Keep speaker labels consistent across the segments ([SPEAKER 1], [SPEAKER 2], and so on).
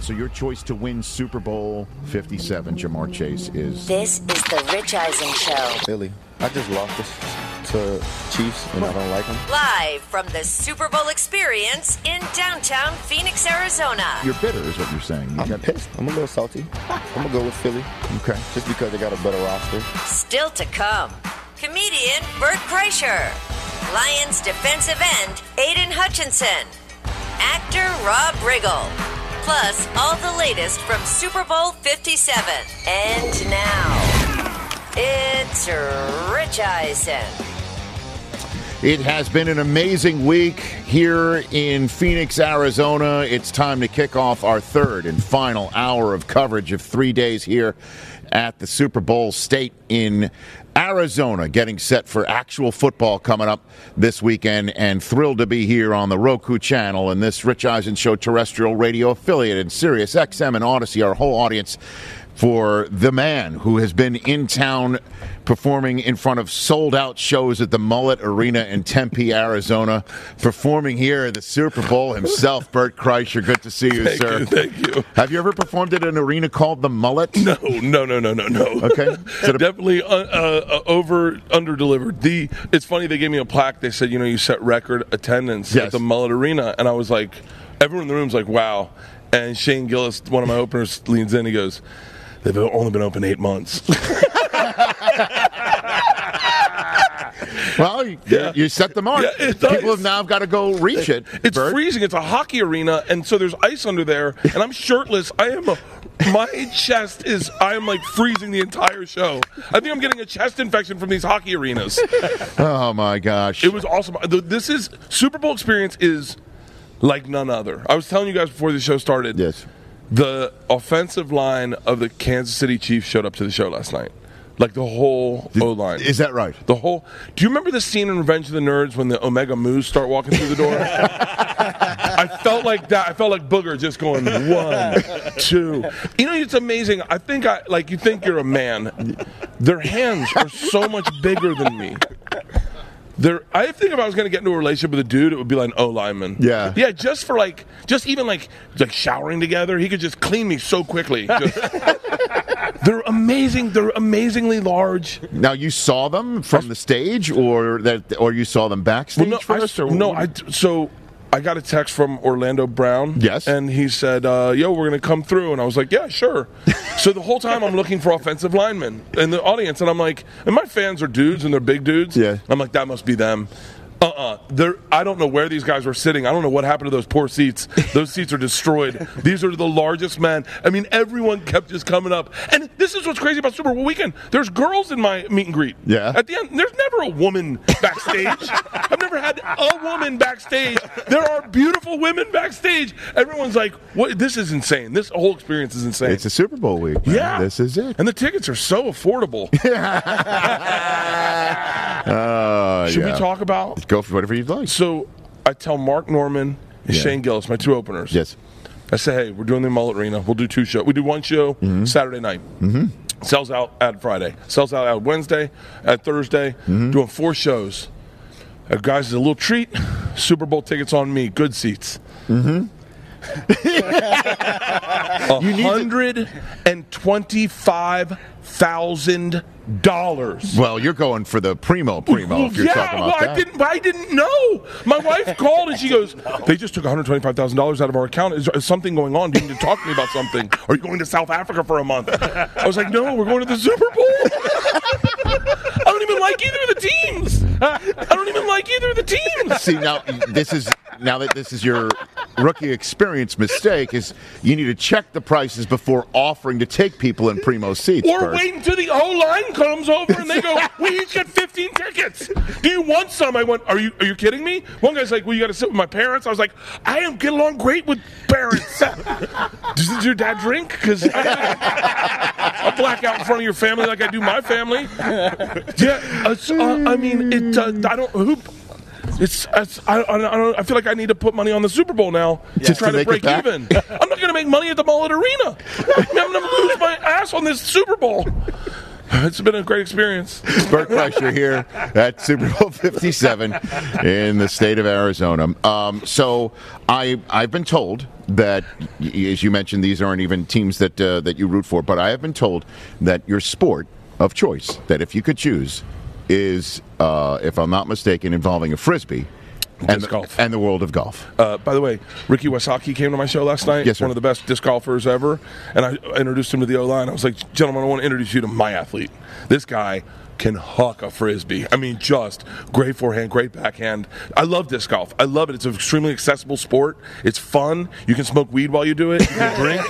[SPEAKER 1] So your choice to win Super Bowl 57, Jamar Chase, is
[SPEAKER 2] This is the Rich Eisen Show.
[SPEAKER 3] Philly. I just lost this to Chiefs, and I don't like them.
[SPEAKER 2] Live from the Super Bowl experience in downtown Phoenix, Arizona.
[SPEAKER 1] you're bitter, is what you're saying. You
[SPEAKER 3] I'm
[SPEAKER 1] got-
[SPEAKER 3] pissed. I'm a little salty. I'm gonna go with Philly
[SPEAKER 1] okay.
[SPEAKER 3] just because they got a better roster.
[SPEAKER 2] Still to come, comedian Bert Kreischer, Lions defensive end Aiden Hutchinson, actor Rob Riggle, plus all the latest from Super Bowl 57. And now, it's Rich Eisen.
[SPEAKER 1] It has been an amazing week here in Phoenix, Arizona. It's time to kick off our third and final hour of coverage of three days here at the Super Bowl state in Arizona, getting set for actual football coming up this weekend, and thrilled to be here on the Roku channel and this Rich Eisen Show terrestrial radio affiliate and Sirius XM and Odyssey, our whole audience for the man who has been in town performing in front of sold out shows at the Mullet Arena in Tempe, Arizona, performing here at the Super Bowl himself, Bert Kreischer. Good to see you,
[SPEAKER 4] Thank
[SPEAKER 1] sir.
[SPEAKER 4] you, thank you.
[SPEAKER 1] Have you ever performed at an arena called the Mullet?
[SPEAKER 4] No, Oh, no, no, no, no, no.
[SPEAKER 1] Okay. Is it a-
[SPEAKER 4] Definitely uh, uh, over under delivered. The it's funny they gave me a plaque. They said you know you set record attendance
[SPEAKER 1] Yes.
[SPEAKER 4] at the Mullet Arena, and I was like, everyone in the room's like, wow. And Shane Gillis, one of my openers, leans in. He goes, "They've only been open eight months."
[SPEAKER 1] Well, you,
[SPEAKER 4] Yeah.
[SPEAKER 1] you set the mark.
[SPEAKER 4] Yeah, it does.
[SPEAKER 1] People have now got to go reach it.
[SPEAKER 4] It's
[SPEAKER 1] Bert.
[SPEAKER 4] freezing. It's a hockey arena, and so there's ice under there, and I'm shirtless. I am. A, my chest is. I am like freezing the entire show. I think I'm getting a chest infection from these hockey arenas.
[SPEAKER 1] Oh, my gosh.
[SPEAKER 4] It was awesome. Th- This is Super Bowl experience is like none other. I was telling you guys before the show started.
[SPEAKER 1] Yes.
[SPEAKER 4] The offensive line of the Kansas City Chiefs showed up to the show last night. Like the whole O line.
[SPEAKER 1] is that right?
[SPEAKER 4] The whole. Do you remember the scene in Revenge of the Nerds when the Omega Moose start walking through the door? I felt like that. I felt like Booger just going one, two. You know, it's amazing. I think I like you think you're a man. Their hands are so much bigger than me. There, I think if I was going to get into a relationship with a dude, it would be like an O lineman.
[SPEAKER 1] Yeah.
[SPEAKER 4] yeah, just for like, just even like, like showering together, he could just clean me so quickly. Just- they're amazing. They're amazingly large.
[SPEAKER 1] Now you saw them from the stage, or that, or you saw them backstage
[SPEAKER 4] no,
[SPEAKER 1] first,
[SPEAKER 4] I,
[SPEAKER 1] or
[SPEAKER 4] no, I so I got a text from Orlando Brown.
[SPEAKER 1] Yes.
[SPEAKER 4] and he said, uh, "Yo, we're gonna come through," and I was like, "Yeah, sure." so the whole time I'm looking for offensive linemen in the audience, and I'm like, and my fans are dudes and they're big dudes.
[SPEAKER 1] Yeah.
[SPEAKER 4] I'm like, that must be them. Uh uh They're I don't know where these guys were sitting. I don't know what happened to those poor seats. Those seats are destroyed. These are the largest men. I mean, everyone kept just coming up. And this is what's crazy about Super Bowl weekend. There's girls in my meet and greet.
[SPEAKER 1] Yeah.
[SPEAKER 4] At the end, there's never a woman backstage. I've never had a woman backstage. There are beautiful women backstage. Everyone's like, "What? This is insane. This whole experience is insane."
[SPEAKER 1] it's a Super Bowl week. man.
[SPEAKER 4] yeah,
[SPEAKER 1] this is it.
[SPEAKER 4] And the tickets are so affordable.
[SPEAKER 1] Uh,
[SPEAKER 4] Should
[SPEAKER 1] yeah.
[SPEAKER 4] we talk about?
[SPEAKER 1] Go for whatever you'd like.
[SPEAKER 4] So I tell Mark Norman and
[SPEAKER 1] Yeah.
[SPEAKER 4] Shane Gillis, my two openers.
[SPEAKER 1] Yes.
[SPEAKER 4] I say, hey, we're doing the Mullet Arena. We'll do two shows. We do one show Saturday night. Mm-hmm. Sells out at Friday. Sells out at Wednesday, at Thursday. Doing four shows. Uh, guys, it's a little treat. Super Bowl tickets on me. Good seats. Mm-hmm. hundred and twenty-five thousand dollars.
[SPEAKER 1] Well, you're going for the primo primo if you're
[SPEAKER 4] yeah,
[SPEAKER 1] talking about that.
[SPEAKER 4] well, I didn't. I didn't know. My wife called and she goes, "They just took one hundred twenty-five thousand dollars out of our account. Is, is something going on? Do you need to talk to me about something? Are you going to South Africa for a month?" I was like, "No, we're going to the Super Bowl." I don't even like either of the teams. I don't even like either of the teams.
[SPEAKER 1] See now, this is now that this is your rookie experience mistake is you need to check the prices before offering to take people in primo seats.
[SPEAKER 4] Or
[SPEAKER 1] Bert.
[SPEAKER 4] wait until the O line comes over and they go, "We each got 15 tickets. Do you want some?" I went, "Are you are you kidding me?" One guy's like, "Well, you got to sit with my parents." I was like, "I am get along great with parents." Does your dad drink? Because I black out in front of your family like I do my family. Yeah, it's, uh, I mean, it. Uh, I don't who. It's, it's I, I, don't- I don't, I feel like I need to put money on the Super Bowl now to
[SPEAKER 1] Just
[SPEAKER 4] try
[SPEAKER 1] to
[SPEAKER 4] to,
[SPEAKER 1] make it
[SPEAKER 4] break
[SPEAKER 1] back?
[SPEAKER 4] even. I'm not going to make money at the Mullet Arena. I'm going to lose my ass on this Super Bowl. It's been a great experience.
[SPEAKER 1] Bert Kreischer here at Super Bowl 57 in the state of Arizona. Um, so I I've been told that, y- as you mentioned, these aren't even teams that uh, that you root for, but I have been told that your sport of choice, that if you could choose, is uh, if I'm not mistaken, involving a frisbee. And,
[SPEAKER 4] Disc
[SPEAKER 1] the-
[SPEAKER 4] golf.
[SPEAKER 1] and the world of golf.
[SPEAKER 4] Uh, by the way, Ricky Wasaki came to my show last night.
[SPEAKER 1] Yes, sir.
[SPEAKER 4] One of the best disc golfers ever. And I introduced him to the O line. I was like, gentlemen, I want to introduce you to my athlete. This guy can huck a frisbee. I mean, just great forehand, great backhand. I love disc golf. I love it. It's an extremely accessible sport. It's fun. You can smoke weed while you do it. You can drink.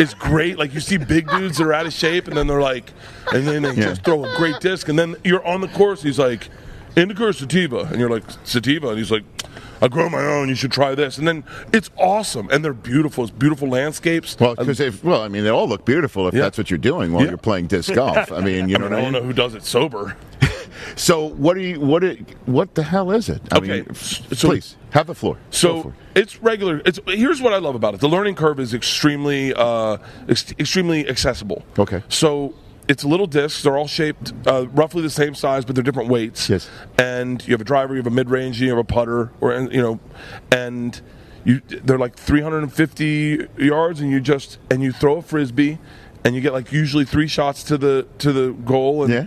[SPEAKER 4] it's great. Like you see big dudes that are out of shape, and then they're like, and then they just throw a great disc, and then you're on the course. And he's like, indica or sativa, and you're like sativa, and he's like, I grow my own. You should try this, and then it's awesome, and they're beautiful. It's beautiful landscapes.
[SPEAKER 1] Well, because if well, I mean, they all look beautiful if
[SPEAKER 4] Um, Yeah.
[SPEAKER 1] that's what you're doing while
[SPEAKER 4] Yeah.
[SPEAKER 1] you're playing disc golf. I mean, you
[SPEAKER 4] I
[SPEAKER 1] know
[SPEAKER 4] mean,
[SPEAKER 1] what
[SPEAKER 4] I
[SPEAKER 1] I mean.
[SPEAKER 4] don't know who does it sober.
[SPEAKER 1] So what are you? What? Are, what the hell is it? I
[SPEAKER 4] Okay,
[SPEAKER 1] mean,
[SPEAKER 4] s-
[SPEAKER 1] f-
[SPEAKER 4] so-
[SPEAKER 1] please have the floor. Go for
[SPEAKER 4] So
[SPEAKER 1] it.
[SPEAKER 4] it's regular. It's here's what I love about it. The learning curve is extremely, uh, ex- extremely accessible.
[SPEAKER 1] Okay.
[SPEAKER 4] So it's little discs. They're all shaped uh, roughly the same size, but they're different weights.
[SPEAKER 1] Yes.
[SPEAKER 4] And you have a driver, you have a mid range, you have a putter, or and, you know, and you they're like 350 yards, and you just and you throw a frisbee. And you get like usually three shots to the to the goal, and
[SPEAKER 1] Yeah.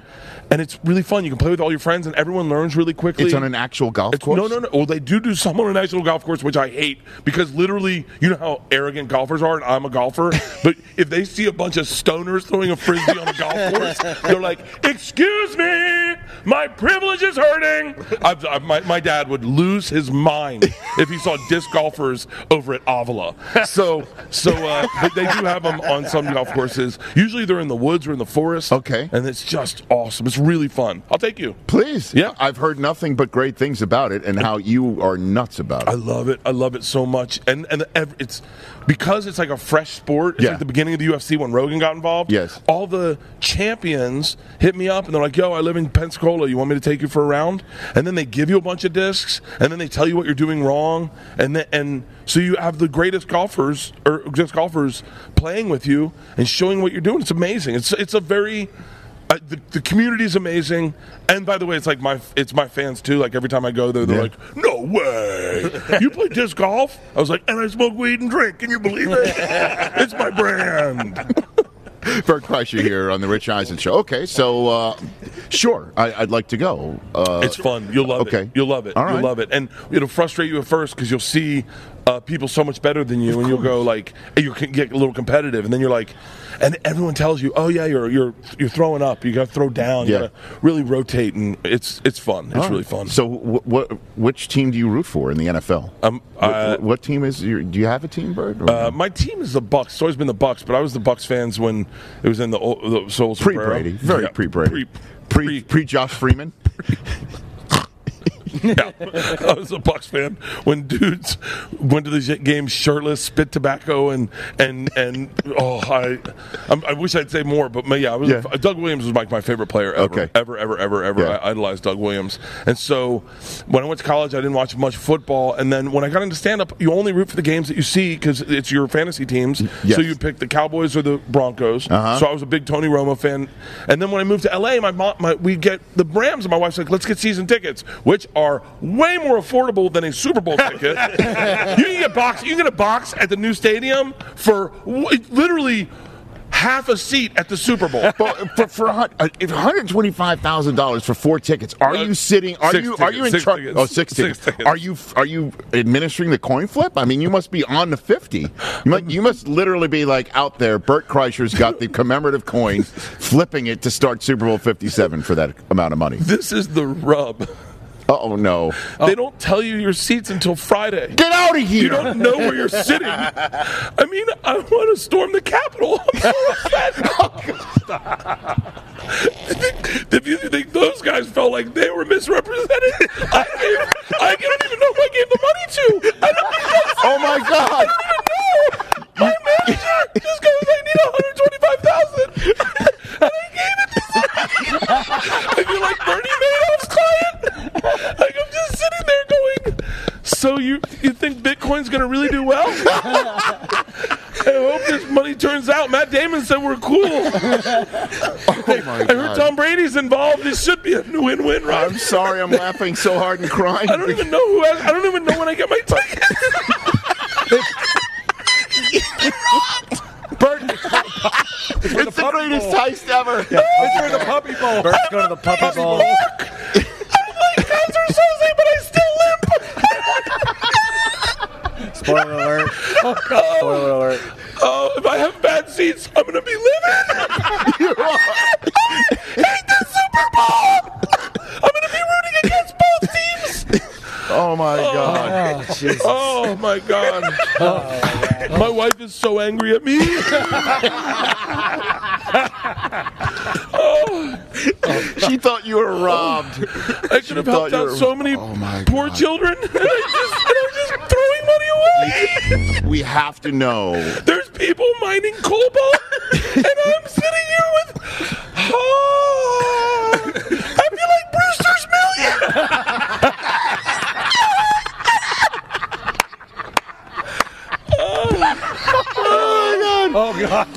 [SPEAKER 4] and it's really fun. You can play with all your friends, and everyone learns really quickly.
[SPEAKER 1] It's on an actual golf
[SPEAKER 4] It's-
[SPEAKER 1] course.
[SPEAKER 4] No, no, no. Well, they do do some on a national golf course, which I hate because literally, you know how arrogant golfers are, and I'm a golfer. but if they see a bunch of stoners throwing a frisbee on a golf course, they're like, "Excuse me, my privilege is hurting." I've, i my, my dad would lose his mind if he saw disc golfers over at Avila. So, so uh, but they do have them on some golf courses. Usually, they're in the woods or in the forest.
[SPEAKER 1] Okay.
[SPEAKER 4] and it's just awesome. It's really fun. I'll take you.
[SPEAKER 1] Please.
[SPEAKER 4] Yeah.
[SPEAKER 1] I've heard nothing but great things about it and how you are nuts about
[SPEAKER 4] I
[SPEAKER 1] it.
[SPEAKER 4] love it. I love it so much. And and ev- it's because it's like a fresh sport. It's
[SPEAKER 1] Yeah.
[SPEAKER 4] like the beginning of the UFC when Rogan got involved.
[SPEAKER 1] Yes.
[SPEAKER 4] All the champions hit me up and they're like, "Yo, I live in Pensacola. You want me to take you for a round?" And then they give you a bunch of discs and then they tell you what you're doing wrong and then, and so you have the greatest golfers or just golfers playing with you and showing what you're doing. It's amazing. It's it's a very uh, the, the community is amazing, and by the way, it's like my it's my fans too. Like every time I go there, they're
[SPEAKER 1] Yeah.
[SPEAKER 4] like, "No way, you play disc golf?" I was like, "And I smoke weed and drink. Can you believe it? it's my brand."
[SPEAKER 1] Bert Kreischer here on the Rich Eisen Show. Okay, so uh, sure, I, I'd like to go. Uh,
[SPEAKER 4] It's fun. You'll love
[SPEAKER 1] okay.
[SPEAKER 4] it. You'll love it.
[SPEAKER 1] All right.
[SPEAKER 4] You'll love it. And it'll frustrate you at first because you'll see uh, people so much better than you, and you'll go like, and you can get a little competitive, and then you're like, and everyone tells you, oh yeah, you're you're you're throwing up. You got to throw down.
[SPEAKER 1] Yeah.
[SPEAKER 4] You got to really rotate, and it's it's fun. It's
[SPEAKER 1] all right.
[SPEAKER 4] really fun.
[SPEAKER 1] So, wh- what? Which team do you root for in the NFL?
[SPEAKER 4] Um,
[SPEAKER 1] Wh-
[SPEAKER 4] uh,
[SPEAKER 1] wh- what team is your? Do you have a team, Bert? or-
[SPEAKER 4] Uh, my team is the Bucks. It's always been the Bucks, but I was the Bucks fans when it was in the, old, the Souls
[SPEAKER 1] pre Brady, very pre Brady, pre pre Josh Freeman.
[SPEAKER 4] Yeah. I was a Bucks fan when dudes went to the sh- game shirtless, spit tobacco, and and and oh, I I'm, I wish I'd say more, but my, yeah, I was
[SPEAKER 1] Yeah.
[SPEAKER 4] Doug Williams was like my favorite player ever,
[SPEAKER 1] Okay.
[SPEAKER 4] ever, ever, ever, ever.
[SPEAKER 1] Yeah.
[SPEAKER 4] I idolized Doug Williams, and so when I went to college, I didn't watch much football, and then when I got into stand up, you only root for the games that you see because it's your fantasy teams,
[SPEAKER 1] yes.
[SPEAKER 4] so you pick the Cowboys or the Broncos.
[SPEAKER 1] Uh-huh.
[SPEAKER 4] So I was a big Tony Romo fan, and then when I moved to LA, my mom, my, we get the Rams, and my wife's like, "Let's get season tickets, which are way more affordable than a Super Bowl ticket. you can get box, you can get a box at the new stadium for w- literally half a seat at the Super Bowl.
[SPEAKER 1] But for, for a hun- uh, if $125,000 for four tickets, are
[SPEAKER 4] Uh,
[SPEAKER 1] you sitting? Are
[SPEAKER 4] six
[SPEAKER 1] you are you in
[SPEAKER 4] tickets, six
[SPEAKER 1] charge?
[SPEAKER 4] tickets.
[SPEAKER 1] Oh, six
[SPEAKER 4] Six
[SPEAKER 1] tickets.
[SPEAKER 4] tickets.
[SPEAKER 1] Are you are you administering the coin flip? I mean, you must be on the fifty. You must, you must literally be like out there. Bert Kreischer's got the commemorative coin, flipping it to start Super Bowl Fifty Seven for that amount of money.
[SPEAKER 4] This is the rub.
[SPEAKER 1] Oh no!
[SPEAKER 4] They don't tell you your seats until Friday.
[SPEAKER 1] Get out of here!
[SPEAKER 4] You don't know where you're sitting. I mean, I want to storm the Capitol. I'm so upset. if you think those guys felt like they were misrepresented, I, gave, I don't even know who I gave the money to. I don't even know.
[SPEAKER 1] oh my God!
[SPEAKER 4] My manager just goes, I need 125000 And I gave it to somebody. And you're like, Bernie Madoff's client? Like, I'm just sitting there going, so you, you think Bitcoin's going to really do well? I hope this money turns out. Matt Damon said we're cool. I heard
[SPEAKER 1] Oh God.
[SPEAKER 4] Tom Brady's involved. This should be a win-win, Rob.
[SPEAKER 1] I'm sorry, I'm laughing so hard and crying.
[SPEAKER 4] I don't even know who. I, I don't even know when I get my ticket.
[SPEAKER 1] Bert, it's the
[SPEAKER 5] puppy
[SPEAKER 1] greatest
[SPEAKER 5] bowl.
[SPEAKER 1] heist ever.
[SPEAKER 5] Let's go to the puppy bowl. Let's go to the puppy bowl.
[SPEAKER 4] Concert Tuesday, but I still limp.
[SPEAKER 5] Spoiler alert. Spoiler alert.
[SPEAKER 4] Oh, if I have bad seats, I'm gonna be living.
[SPEAKER 1] Oh my God.
[SPEAKER 5] Oh, jeez.
[SPEAKER 4] Oh my god.
[SPEAKER 1] Oh,
[SPEAKER 4] My wife is so angry at me.
[SPEAKER 1] She thought you were robbed.
[SPEAKER 4] I should have
[SPEAKER 1] thought
[SPEAKER 4] helped
[SPEAKER 1] you
[SPEAKER 4] out
[SPEAKER 1] were-
[SPEAKER 4] so many
[SPEAKER 1] Oh, my
[SPEAKER 4] poor
[SPEAKER 1] God.
[SPEAKER 4] children. And I, just, and I was just throwing money away.
[SPEAKER 1] We have to know.
[SPEAKER 4] There's people mining cobalt, and I'm sitting here with. Oh, I feel like Brewster's Million.
[SPEAKER 5] Oh, God.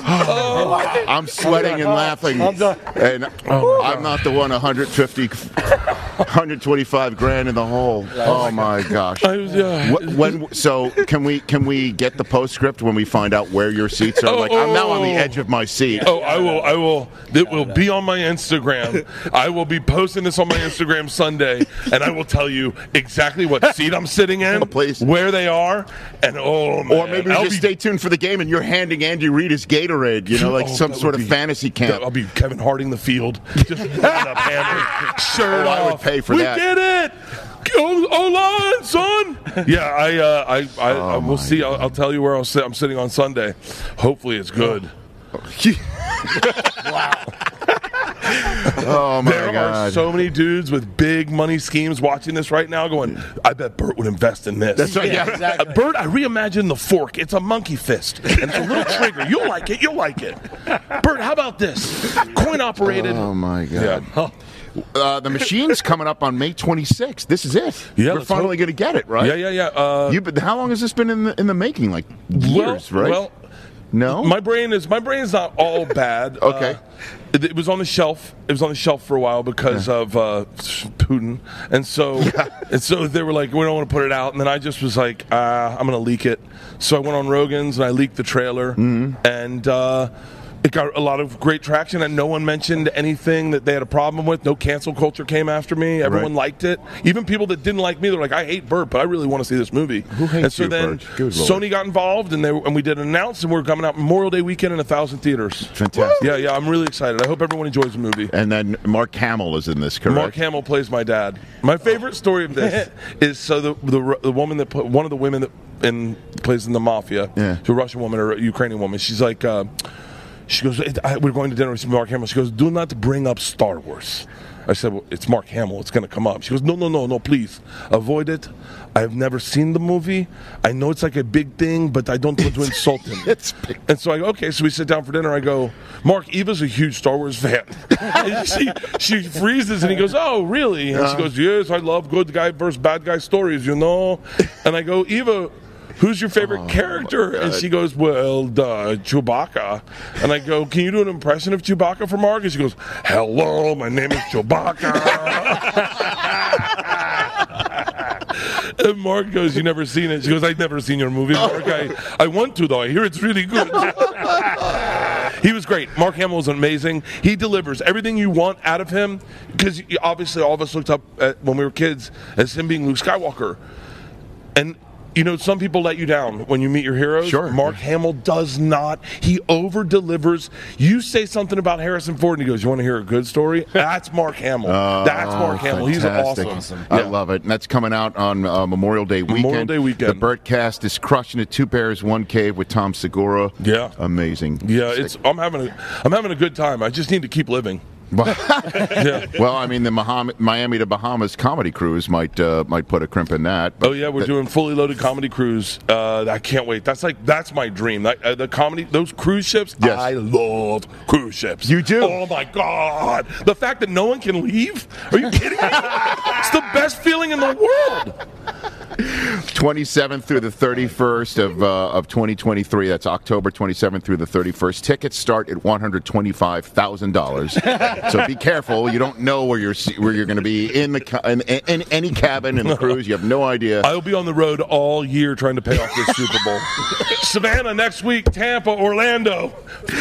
[SPEAKER 1] I'm sweating and laughing.
[SPEAKER 5] I'm done.
[SPEAKER 1] And
[SPEAKER 4] Oh
[SPEAKER 1] I'm not the one 150, 125 grand in the hole. Oh my gosh.
[SPEAKER 4] I was, yeah.
[SPEAKER 1] Wh- When so can we can we get the postscript when we find out where your seats are?
[SPEAKER 4] Oh,
[SPEAKER 1] Like I'm now on the
[SPEAKER 4] oh.
[SPEAKER 1] edge of my seat.
[SPEAKER 4] Oh, I will. I will. It will be on my Instagram. I will be posting this on my Instagram Sunday, and I will tell you exactly what seat I'm sitting in,
[SPEAKER 1] please.
[SPEAKER 4] where they are, and oh man.
[SPEAKER 1] Or maybe we
[SPEAKER 4] I'll
[SPEAKER 1] just
[SPEAKER 4] be,
[SPEAKER 1] stay tuned for the game and you're handing Andy Reid his Gatorade, you know, like
[SPEAKER 4] Oh,
[SPEAKER 1] some
[SPEAKER 4] that
[SPEAKER 1] sort
[SPEAKER 4] would
[SPEAKER 1] of
[SPEAKER 4] be-
[SPEAKER 1] fantasy camp.
[SPEAKER 4] I'll be Kevin Harding the field, just running up hammered, shirt
[SPEAKER 1] Oh, I would
[SPEAKER 4] off.
[SPEAKER 1] pay for
[SPEAKER 4] we
[SPEAKER 1] that.
[SPEAKER 4] did it. Oh, oh, line, son. Yeah, I, uh, I, I,
[SPEAKER 1] Oh
[SPEAKER 4] I will see. I'll, I'll tell you where I'll sit. I'm sitting on Sunday. Hopefully, it's good.
[SPEAKER 1] oh my
[SPEAKER 4] uh, There are
[SPEAKER 1] god.
[SPEAKER 4] so many dudes with big money schemes watching this right now going, I bet Bert would invest in this.
[SPEAKER 1] That's right, Yeah, yeah.
[SPEAKER 5] exactly.
[SPEAKER 4] Uh, Bert, I reimagined the fork. It's a monkey fist. And it's a little trigger. You'll like it. You'll like it. Bert, how about this? Coin operated.
[SPEAKER 1] Oh my
[SPEAKER 4] yeah.
[SPEAKER 1] god! Uh, the machine's coming up on May 26th. This is it.
[SPEAKER 4] Yeah,
[SPEAKER 1] we're
[SPEAKER 4] let's
[SPEAKER 1] finally going to get it, right?
[SPEAKER 4] Yeah, yeah, yeah. Uh,
[SPEAKER 1] You, but how long has this been in the in the making? Like
[SPEAKER 4] well-
[SPEAKER 1] years, right?
[SPEAKER 4] Well,
[SPEAKER 1] no.
[SPEAKER 4] my brain is my brain's not all bad.
[SPEAKER 1] Okay.
[SPEAKER 4] Uh, it, it was on the shelf. It was on the shelf for a while because of uh, Putin, and so and so they were like, we don't want to put it out. And then I just was like, uh, I'm going to leak it. So I went on Rogan's and I leaked the trailer,
[SPEAKER 1] Mm-hmm.
[SPEAKER 4] and. Uh, it got a lot of great traction, and no one mentioned anything that they had a problem with. No cancel culture came after me. Everyone
[SPEAKER 1] Right.
[SPEAKER 4] liked it. Even people that didn't like me, they're like, "I hate Bert, but I really want to see this movie." Who
[SPEAKER 1] hates
[SPEAKER 4] and so
[SPEAKER 1] you,
[SPEAKER 4] then
[SPEAKER 1] Bert? Good
[SPEAKER 4] Sony
[SPEAKER 1] Lord.
[SPEAKER 4] we got involved and they and we did an announce and we're coming out Memorial Day weekend in a thousand theaters.
[SPEAKER 1] Fantastic.
[SPEAKER 4] Yeah, yeah, I'm really excited. I hope everyone enjoys the movie.
[SPEAKER 1] and then Mark Hamill is in this, correct?
[SPEAKER 4] Mark Hamill plays my dad. My favorite story of this is so the, the the woman that put- one of the women that in plays in the mafia,
[SPEAKER 1] Yeah.
[SPEAKER 4] she's a Russian woman or a Ukrainian woman. She's like, uh, she goes, "It- I, we're going to dinner with Mark Hamill. She goes, do not bring up Star Wars. I said, well, it's Mark Hamill. It's going to come up. She goes, no, no, no, no, please avoid it. I've never seen the movie. I know it's like a big thing, but I don't want to insult him.
[SPEAKER 1] It's big.
[SPEAKER 4] And so I go, okay, so we sit down for dinner. I go, Mark, Eva's a huge Star Wars fan. And she, she freezes and he goes, oh, really? And
[SPEAKER 1] Uh-huh.
[SPEAKER 4] she goes, yes, I love good guy versus bad guy stories, you know? And I go, Eva, who's your favorite
[SPEAKER 1] Oh,
[SPEAKER 4] character? And she goes, well, duh, Chewbacca. And I go, can you do an impression of Chewbacca for Mark? And she goes, hello, my name is Chewbacca. And Mark goes, You never seen it? She goes, I've never seen your movie, Mark. I, I want to, though. I hear it's really good. he was great. Mark Hamill is amazing. He delivers everything you want out of him because obviously all of us looked up at, when we were kids as him being Luke Skywalker. And you know, some people let you down when you meet your heroes.
[SPEAKER 1] Sure.
[SPEAKER 4] Mark Hamill does not. He over delivers. You say something about Harrison Ford, and he goes, "You want to hear a good story? That's Mark Hamill. That's Mark Hamill.
[SPEAKER 1] Oh, Fantastic.
[SPEAKER 4] He's awesome.
[SPEAKER 1] I
[SPEAKER 4] Yeah.
[SPEAKER 1] love it. And that's coming out on uh, Memorial Day weekend.
[SPEAKER 4] Memorial Day weekend.
[SPEAKER 1] The Birdcast is crushing it. Two Bears, One Cave with Tom Segura.
[SPEAKER 4] Yeah.
[SPEAKER 1] Amazing.
[SPEAKER 4] Yeah, it's I'm having a I'm having a good time. I just need to keep living. Yeah.
[SPEAKER 1] well, I mean, the Baham- Miami to Bahamas comedy cruise might uh, might put a crimp in that. But
[SPEAKER 4] Oh yeah, we're doing fully loaded comedy cruise. Uh, I can't wait. That's like that's my dream. That, uh, the comedy, those cruise ships.
[SPEAKER 1] Yes.
[SPEAKER 4] I love cruise ships.
[SPEAKER 1] You do?
[SPEAKER 4] Oh my god! The fact that no one can leave. Are you kidding me? it's the best feeling in the world.
[SPEAKER 1] 27th through the 31st of, uh, of 2023. That's October 27th through the 31st. Tickets start at $125,000. so be careful. You don't know where you're where you're going to be in the ca- in, in any cabin in the cruise. You have no idea.
[SPEAKER 4] I'll be on the road all year trying to pay off this Super Bowl. Savannah next week, Tampa, Orlando.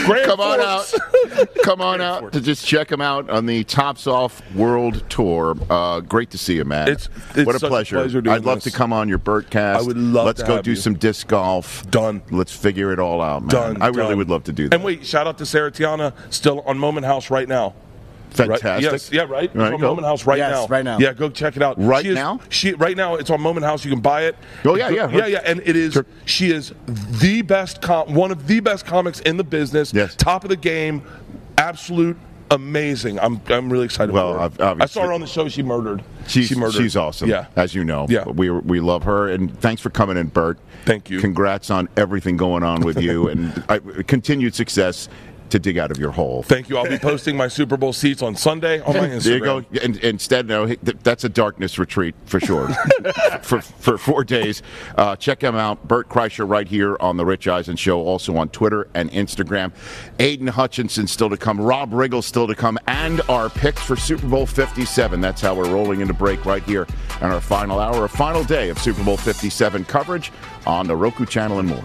[SPEAKER 4] Grand
[SPEAKER 1] Come on out.
[SPEAKER 4] Forks.
[SPEAKER 1] Come on out to just check him out on the Tops Off World Tour. Uh, great to see you, man.
[SPEAKER 4] It's- it's
[SPEAKER 1] what a
[SPEAKER 4] such a
[SPEAKER 1] pleasure.
[SPEAKER 4] pleasure doing
[SPEAKER 1] I'd love
[SPEAKER 4] this.
[SPEAKER 1] to come on your Burtcast.
[SPEAKER 4] I would love
[SPEAKER 1] Let's
[SPEAKER 4] to
[SPEAKER 1] go
[SPEAKER 4] have
[SPEAKER 1] do
[SPEAKER 4] you.
[SPEAKER 1] some disc golf.
[SPEAKER 4] Done.
[SPEAKER 1] Let's figure it all out, man.
[SPEAKER 4] Done.
[SPEAKER 1] I really
[SPEAKER 4] done.
[SPEAKER 1] would love to do that.
[SPEAKER 4] And wait, shout out to Sarah Tiana, still on Moment House right now. Right?
[SPEAKER 1] Fantastic.
[SPEAKER 4] Yes, yeah, right. It's
[SPEAKER 1] Right,
[SPEAKER 4] on
[SPEAKER 1] go.
[SPEAKER 4] Moment House right
[SPEAKER 5] Yes,
[SPEAKER 4] now.
[SPEAKER 5] right now.
[SPEAKER 4] Yeah, go check it out.
[SPEAKER 1] Right
[SPEAKER 4] She is-
[SPEAKER 1] now?
[SPEAKER 4] She right now it's on Moment House. You can buy it.
[SPEAKER 1] Oh, yeah, yeah.
[SPEAKER 4] yeah, yeah. And it is. She is the best com- one of the best comics in the business.
[SPEAKER 1] Yes.
[SPEAKER 4] top of the game, absolute. Amazing! I'm I'm really excited.
[SPEAKER 1] Well,
[SPEAKER 4] for her.
[SPEAKER 1] ob-
[SPEAKER 4] I
[SPEAKER 1] obviously-
[SPEAKER 4] saw her on the show. She murdered.
[SPEAKER 1] She's,
[SPEAKER 4] she murdered.
[SPEAKER 1] she's awesome,
[SPEAKER 4] Yeah,
[SPEAKER 1] as you know.
[SPEAKER 4] Yeah.
[SPEAKER 1] We, we love her, and thanks for coming in, Bert.
[SPEAKER 4] Thank you.
[SPEAKER 1] Congrats on everything going on with you, and I, continued success to dig out of your hole.
[SPEAKER 4] Thank you. I'll be posting my Super Bowl seats on Sunday on Oh, my Instagram.
[SPEAKER 1] There you go. And, instead, no, th- that's a darkness retreat for sure. for, for four days. Uh, check him out. Bert Kreischer right here on The Rich Eisen Show, also on Twitter and Instagram. Aiden Hutchinson still to come. Rob Riggle still to come. And our picks for Super Bowl 57. That's how we're rolling into break right here on our final hour, a final day of Super Bowl 57 coverage on the Roku channel and more.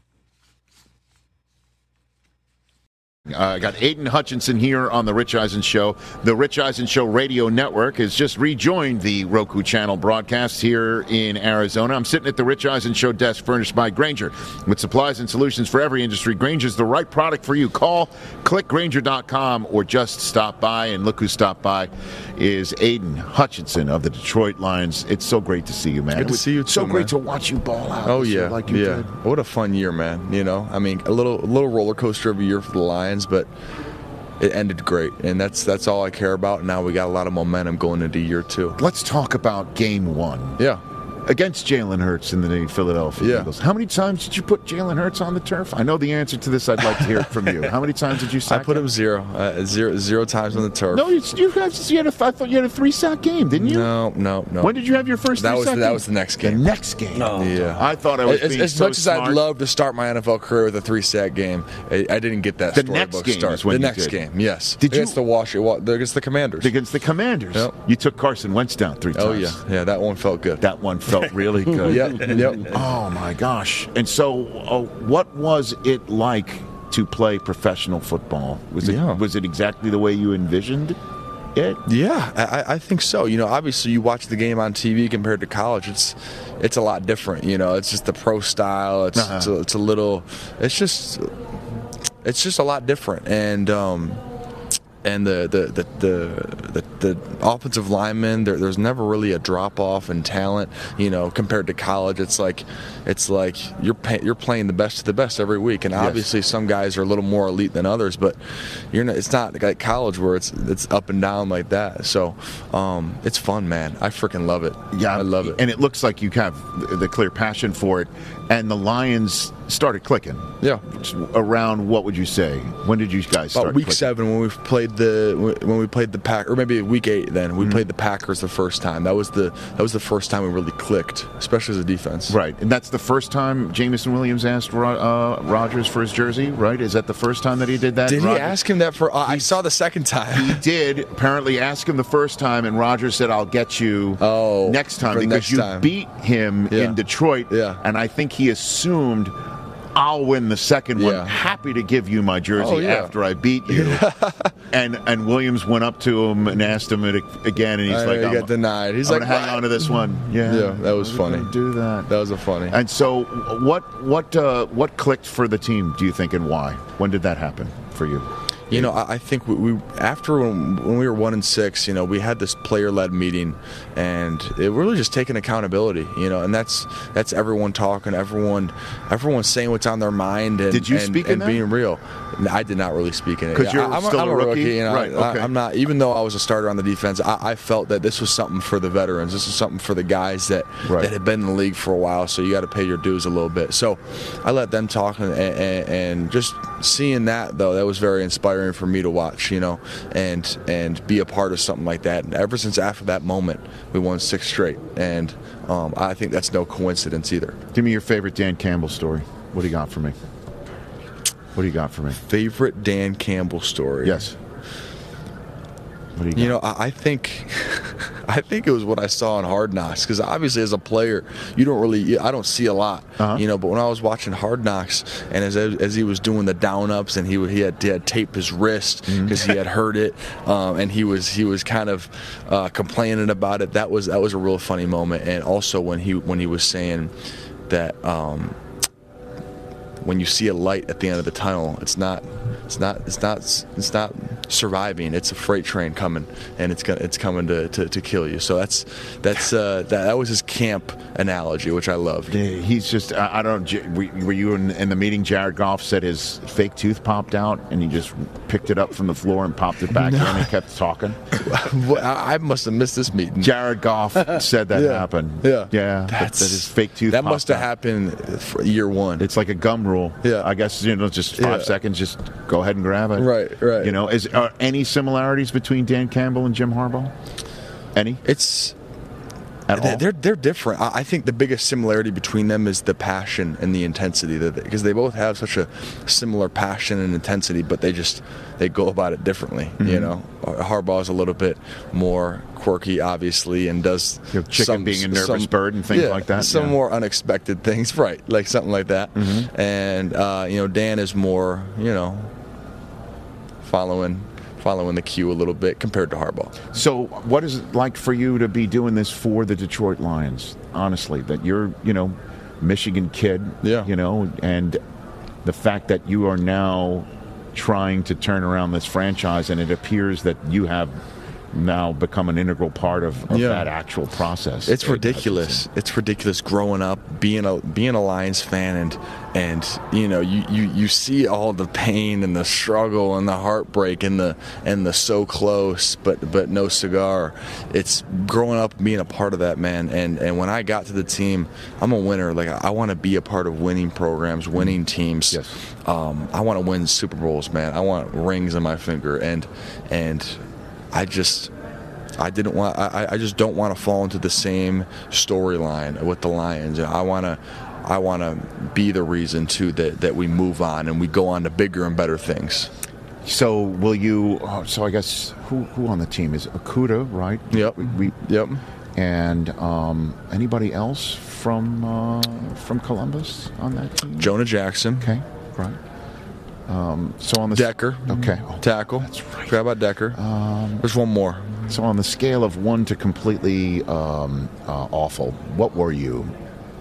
[SPEAKER 1] Uh, I got Aiden Hutchinson here on The Rich Eisen Show. The Rich Eisen Show Radio Network has just rejoined the Roku channel broadcast here in Arizona. I'm sitting at the Rich Eisen Show desk furnished by Granger. With supplies and solutions for every industry, Granger's the right product for you. Call, click Granger.com, or just stop by. And look who stopped by is Aiden Hutchinson of the Detroit Lions. It's so great to see you, man.
[SPEAKER 3] Good to
[SPEAKER 1] It was
[SPEAKER 3] see you
[SPEAKER 1] So
[SPEAKER 3] too, man.
[SPEAKER 1] great to watch you ball out.
[SPEAKER 3] Oh
[SPEAKER 1] this year
[SPEAKER 3] yeah,
[SPEAKER 1] like you
[SPEAKER 3] yeah.
[SPEAKER 1] did.
[SPEAKER 3] What a fun year, man. You know, I mean, a little a little roller coaster of a year for the Lions, but it ended great, and that's that's all I care about. Now we got a lot of momentum going into year two.
[SPEAKER 1] Let's talk about Game One.
[SPEAKER 3] Yeah,
[SPEAKER 1] against Jalen Hurts in the Philadelphia
[SPEAKER 3] Yeah.
[SPEAKER 1] Eagles. How many times did you put Jalen Hurts on the turf? I know the answer to this. I'd like to hear it from you. How many times did you
[SPEAKER 3] I
[SPEAKER 1] sack
[SPEAKER 3] put him zero, uh, zero, zero times on the turf.
[SPEAKER 1] No, you, you, guys- you had a. I thought you had a three sack game, didn't you?
[SPEAKER 3] no, no, no.
[SPEAKER 1] When did you have your first?
[SPEAKER 3] That was
[SPEAKER 1] three-sack
[SPEAKER 3] that
[SPEAKER 1] game?
[SPEAKER 3] was the next game.
[SPEAKER 1] The next game.
[SPEAKER 3] Yeah.
[SPEAKER 1] I thought I was
[SPEAKER 3] as,
[SPEAKER 1] being
[SPEAKER 3] as
[SPEAKER 1] so
[SPEAKER 3] much as I'd
[SPEAKER 1] smart.
[SPEAKER 3] love to start my NFL career with a three sack game, I, I didn't get that.
[SPEAKER 1] The
[SPEAKER 3] storybook
[SPEAKER 1] next game
[SPEAKER 3] start.
[SPEAKER 1] is when you
[SPEAKER 3] the next
[SPEAKER 1] did.
[SPEAKER 3] game, yes.
[SPEAKER 1] Did you-
[SPEAKER 3] against the Wash against the Commanders?
[SPEAKER 1] against the Commanders.
[SPEAKER 3] Yep.
[SPEAKER 1] You took Carson Wentz down three
[SPEAKER 3] oh
[SPEAKER 1] times.
[SPEAKER 3] yeah, yeah. That one felt good.
[SPEAKER 1] That one felt really good.
[SPEAKER 3] yep, yep.
[SPEAKER 1] Oh my gosh! And so, uh, what was it like to play professional football? Was it
[SPEAKER 6] Yeah.
[SPEAKER 1] was it exactly the way you envisioned it?
[SPEAKER 6] Yeah, I, I think so. You know, obviously, you watch the game on TV compared to college. It's it's a lot different. You know, it's just the pro style. It's it's, a, it's a little. It's just it's just a lot different. And um, and the the the the, the, the offensive linemen, there, there's never really a drop off in talent. You know, compared to college, it's like it's like you're pay, you're playing the best of the best every week, and obviously some guys are a little more elite than others, but you're not. It's not like college where it's it's up and down like that. So um, it's fun, man. I freaking love it. I love it.
[SPEAKER 1] And it looks like you have the clear passion for it. And the Lions started clicking.
[SPEAKER 6] yeah.
[SPEAKER 1] Around what would you say? When did you guys start?
[SPEAKER 6] About week
[SPEAKER 1] clicking?
[SPEAKER 6] seven when we played the when we played the pack or maybe week eight then
[SPEAKER 1] Mm-hmm.
[SPEAKER 6] we played the Packers the first time that was the that was the first time we really clicked especially as a defense
[SPEAKER 1] Right, and that's the first time Jamison Williams asked Ro- uh, Rogers for his jersey. Right? Is that the first time that he did that?
[SPEAKER 6] did
[SPEAKER 1] Rodgers-
[SPEAKER 6] he ask him that for uh, I saw the second
[SPEAKER 1] He
[SPEAKER 6] time
[SPEAKER 1] did apparently ask him the first time, and Rogers said, "I'll get you
[SPEAKER 6] Oh,
[SPEAKER 1] next time
[SPEAKER 6] for
[SPEAKER 1] because
[SPEAKER 6] next
[SPEAKER 1] you
[SPEAKER 6] time.
[SPEAKER 1] beat him
[SPEAKER 6] Yeah.
[SPEAKER 1] in Detroit."
[SPEAKER 6] Yeah.
[SPEAKER 1] and I think he assumed. I'll win the second one.
[SPEAKER 6] Yeah.
[SPEAKER 1] Happy to give you my jersey
[SPEAKER 6] Oh, yeah.
[SPEAKER 1] after I beat you. and and Williams went up to him and asked him it again, and he's
[SPEAKER 6] I know,
[SPEAKER 1] like,
[SPEAKER 6] he
[SPEAKER 1] "I'm-
[SPEAKER 6] Oh, got denied. He's
[SPEAKER 1] I'm
[SPEAKER 6] like,
[SPEAKER 1] gonna hang
[SPEAKER 6] "What?"
[SPEAKER 1] on to this one." Yeah,
[SPEAKER 6] Yeah, that was
[SPEAKER 1] I gonna
[SPEAKER 6] funny.
[SPEAKER 1] Do that.
[SPEAKER 6] that was a funny
[SPEAKER 1] And so, what what uh, what clicked for the team? Do you think, and why? When did that happen for you?
[SPEAKER 6] You know, I, I think we, we after when, when we were one and six, you know, we had this player-led meeting, and it really just taking accountability. You know, and that's that's everyone talking, everyone, everyone saying what's on their mind. And,
[SPEAKER 1] Did you
[SPEAKER 6] and,
[SPEAKER 1] speak in
[SPEAKER 6] and
[SPEAKER 1] that?
[SPEAKER 6] being real? No, I did not really speak in it
[SPEAKER 1] 'Cause you're
[SPEAKER 6] I, am
[SPEAKER 1] still
[SPEAKER 6] a, I'm
[SPEAKER 1] a
[SPEAKER 6] a
[SPEAKER 1] rookie?
[SPEAKER 6] rookie. you know,
[SPEAKER 1] Right,
[SPEAKER 6] I-
[SPEAKER 1] okay.
[SPEAKER 6] I'm not. Even though I was a starter on the defense, I, I felt that this was something for the veterans. This is something for the guys that
[SPEAKER 1] Right.
[SPEAKER 6] that had been in the league for a while. So you got to pay your dues a little bit. So I let them talk, and, and, and just seeing that though, that was very inspiring for me to watch. You know, and and be a part of something like that. And ever since after that moment, we won six straight, and um, I think that's no coincidence either.
[SPEAKER 1] Give me your favorite Dan Campbell story. What do you got for me? What do you got for me?
[SPEAKER 6] Favorite Dan Campbell story?
[SPEAKER 1] Yes. What do you got?
[SPEAKER 6] You know, I I think, I think it was what I saw in Hard Knocks because obviously as a player, you don't really, you- I don't see a lot,
[SPEAKER 1] Uh-huh.
[SPEAKER 6] you know. But when I was watching Hard Knocks, and as as he was doing the down ups, and he wa- he had, he had taped his wrist because he had hurt it, um, and he was he was kind of uh, complaining about it. That was that was a real funny moment, and also when he when he was saying that. Um, when you see a light at the end of the tunnel, it's not, it's not, it's not, it's not surviving. It's a freight train coming, and it's gonna, it's coming to, to, to kill you. So that's that's uh, that, that was his camp analogy, which I loved.
[SPEAKER 1] Yeah, eh, He's just, I, I don't, J- were were you in, in the meeting? Jared Goff said his fake tooth popped out and he just picked it up from the floor and popped it back in and kept talking.
[SPEAKER 6] Well, I, I must have missed this meeting.
[SPEAKER 1] Jared Goff said that
[SPEAKER 6] Yeah.
[SPEAKER 1] happened.
[SPEAKER 6] Yeah,
[SPEAKER 1] Yeah. That's,
[SPEAKER 6] That's
[SPEAKER 1] that his fake tooth
[SPEAKER 6] That
[SPEAKER 1] popped
[SPEAKER 6] must have
[SPEAKER 1] out.
[SPEAKER 6] happened for year one.
[SPEAKER 1] It's like a gum rule.
[SPEAKER 6] Yeah.
[SPEAKER 1] I guess you know, just five
[SPEAKER 6] Yeah.
[SPEAKER 1] seconds. Just go ahead and grab it.
[SPEAKER 6] Right, right.
[SPEAKER 1] You know, is are any similarities between Dan Campbell and Jim Harbaugh? Any
[SPEAKER 6] it's
[SPEAKER 1] at all?
[SPEAKER 6] They- They're they're different. I I think the biggest similarity between them is the passion and the intensity that because they both have such a similar passion and intensity, but they just they go about it differently. You
[SPEAKER 1] Mm-hmm.
[SPEAKER 6] know, Harbaugh's a little bit more quirky, obviously, and does
[SPEAKER 1] You know, chicken
[SPEAKER 6] some-
[SPEAKER 1] being a nervous
[SPEAKER 6] some-
[SPEAKER 1] bird and things
[SPEAKER 6] yeah,
[SPEAKER 1] like that,
[SPEAKER 6] Some
[SPEAKER 1] yeah. Mm-hmm.
[SPEAKER 6] more unexpected things, right? Like something like that. And uh, you know, Dan is more you know following following the cue a little bit compared to Harbaugh.
[SPEAKER 1] So, what is it like for you to be doing this for the Detroit Lions? Honestly, that you're, you know, Michigan kid,
[SPEAKER 6] Yeah.
[SPEAKER 1] you know, and the fact that you are now trying to turn around this franchise, and it appears that you have now become an integral part of, of
[SPEAKER 6] Yeah.
[SPEAKER 1] that actual process.
[SPEAKER 6] It's ridiculous. It's ridiculous growing up, being a being a Lions fan and and you know, you, you, you see all the pain and the struggle and the heartbreak and the and the so close but but no cigar. It's growing up being a part of that man and, and when I got to the team, I'm a winner. Like I, I wanna be a part of winning programs, winning teams.
[SPEAKER 1] Yes.
[SPEAKER 6] Um, I wanna win Super Bowls, man. I want rings on my finger and and I just I didn't want. I, I- I just don't want to fall into the same storyline with the Lions. And I want to. I want to be the reason too that that we move on and we go on to bigger and better things.
[SPEAKER 1] So, will you? Oh, so, I guess who who on the team is Okuda, right?
[SPEAKER 6] Yep.
[SPEAKER 1] We, we-
[SPEAKER 6] Yep.
[SPEAKER 1] And um, anybody else from uh, from Columbus on that team?
[SPEAKER 6] Jonah Jackson.
[SPEAKER 1] Okay, right. Um, so on the
[SPEAKER 6] Decker. Mm-hmm.
[SPEAKER 1] Okay. Oh,
[SPEAKER 6] Tackle.
[SPEAKER 1] That's right. Um,
[SPEAKER 6] Forgot about Decker. There's one more.
[SPEAKER 1] Oh, So on the scale of one to completely um, uh, awful, what were you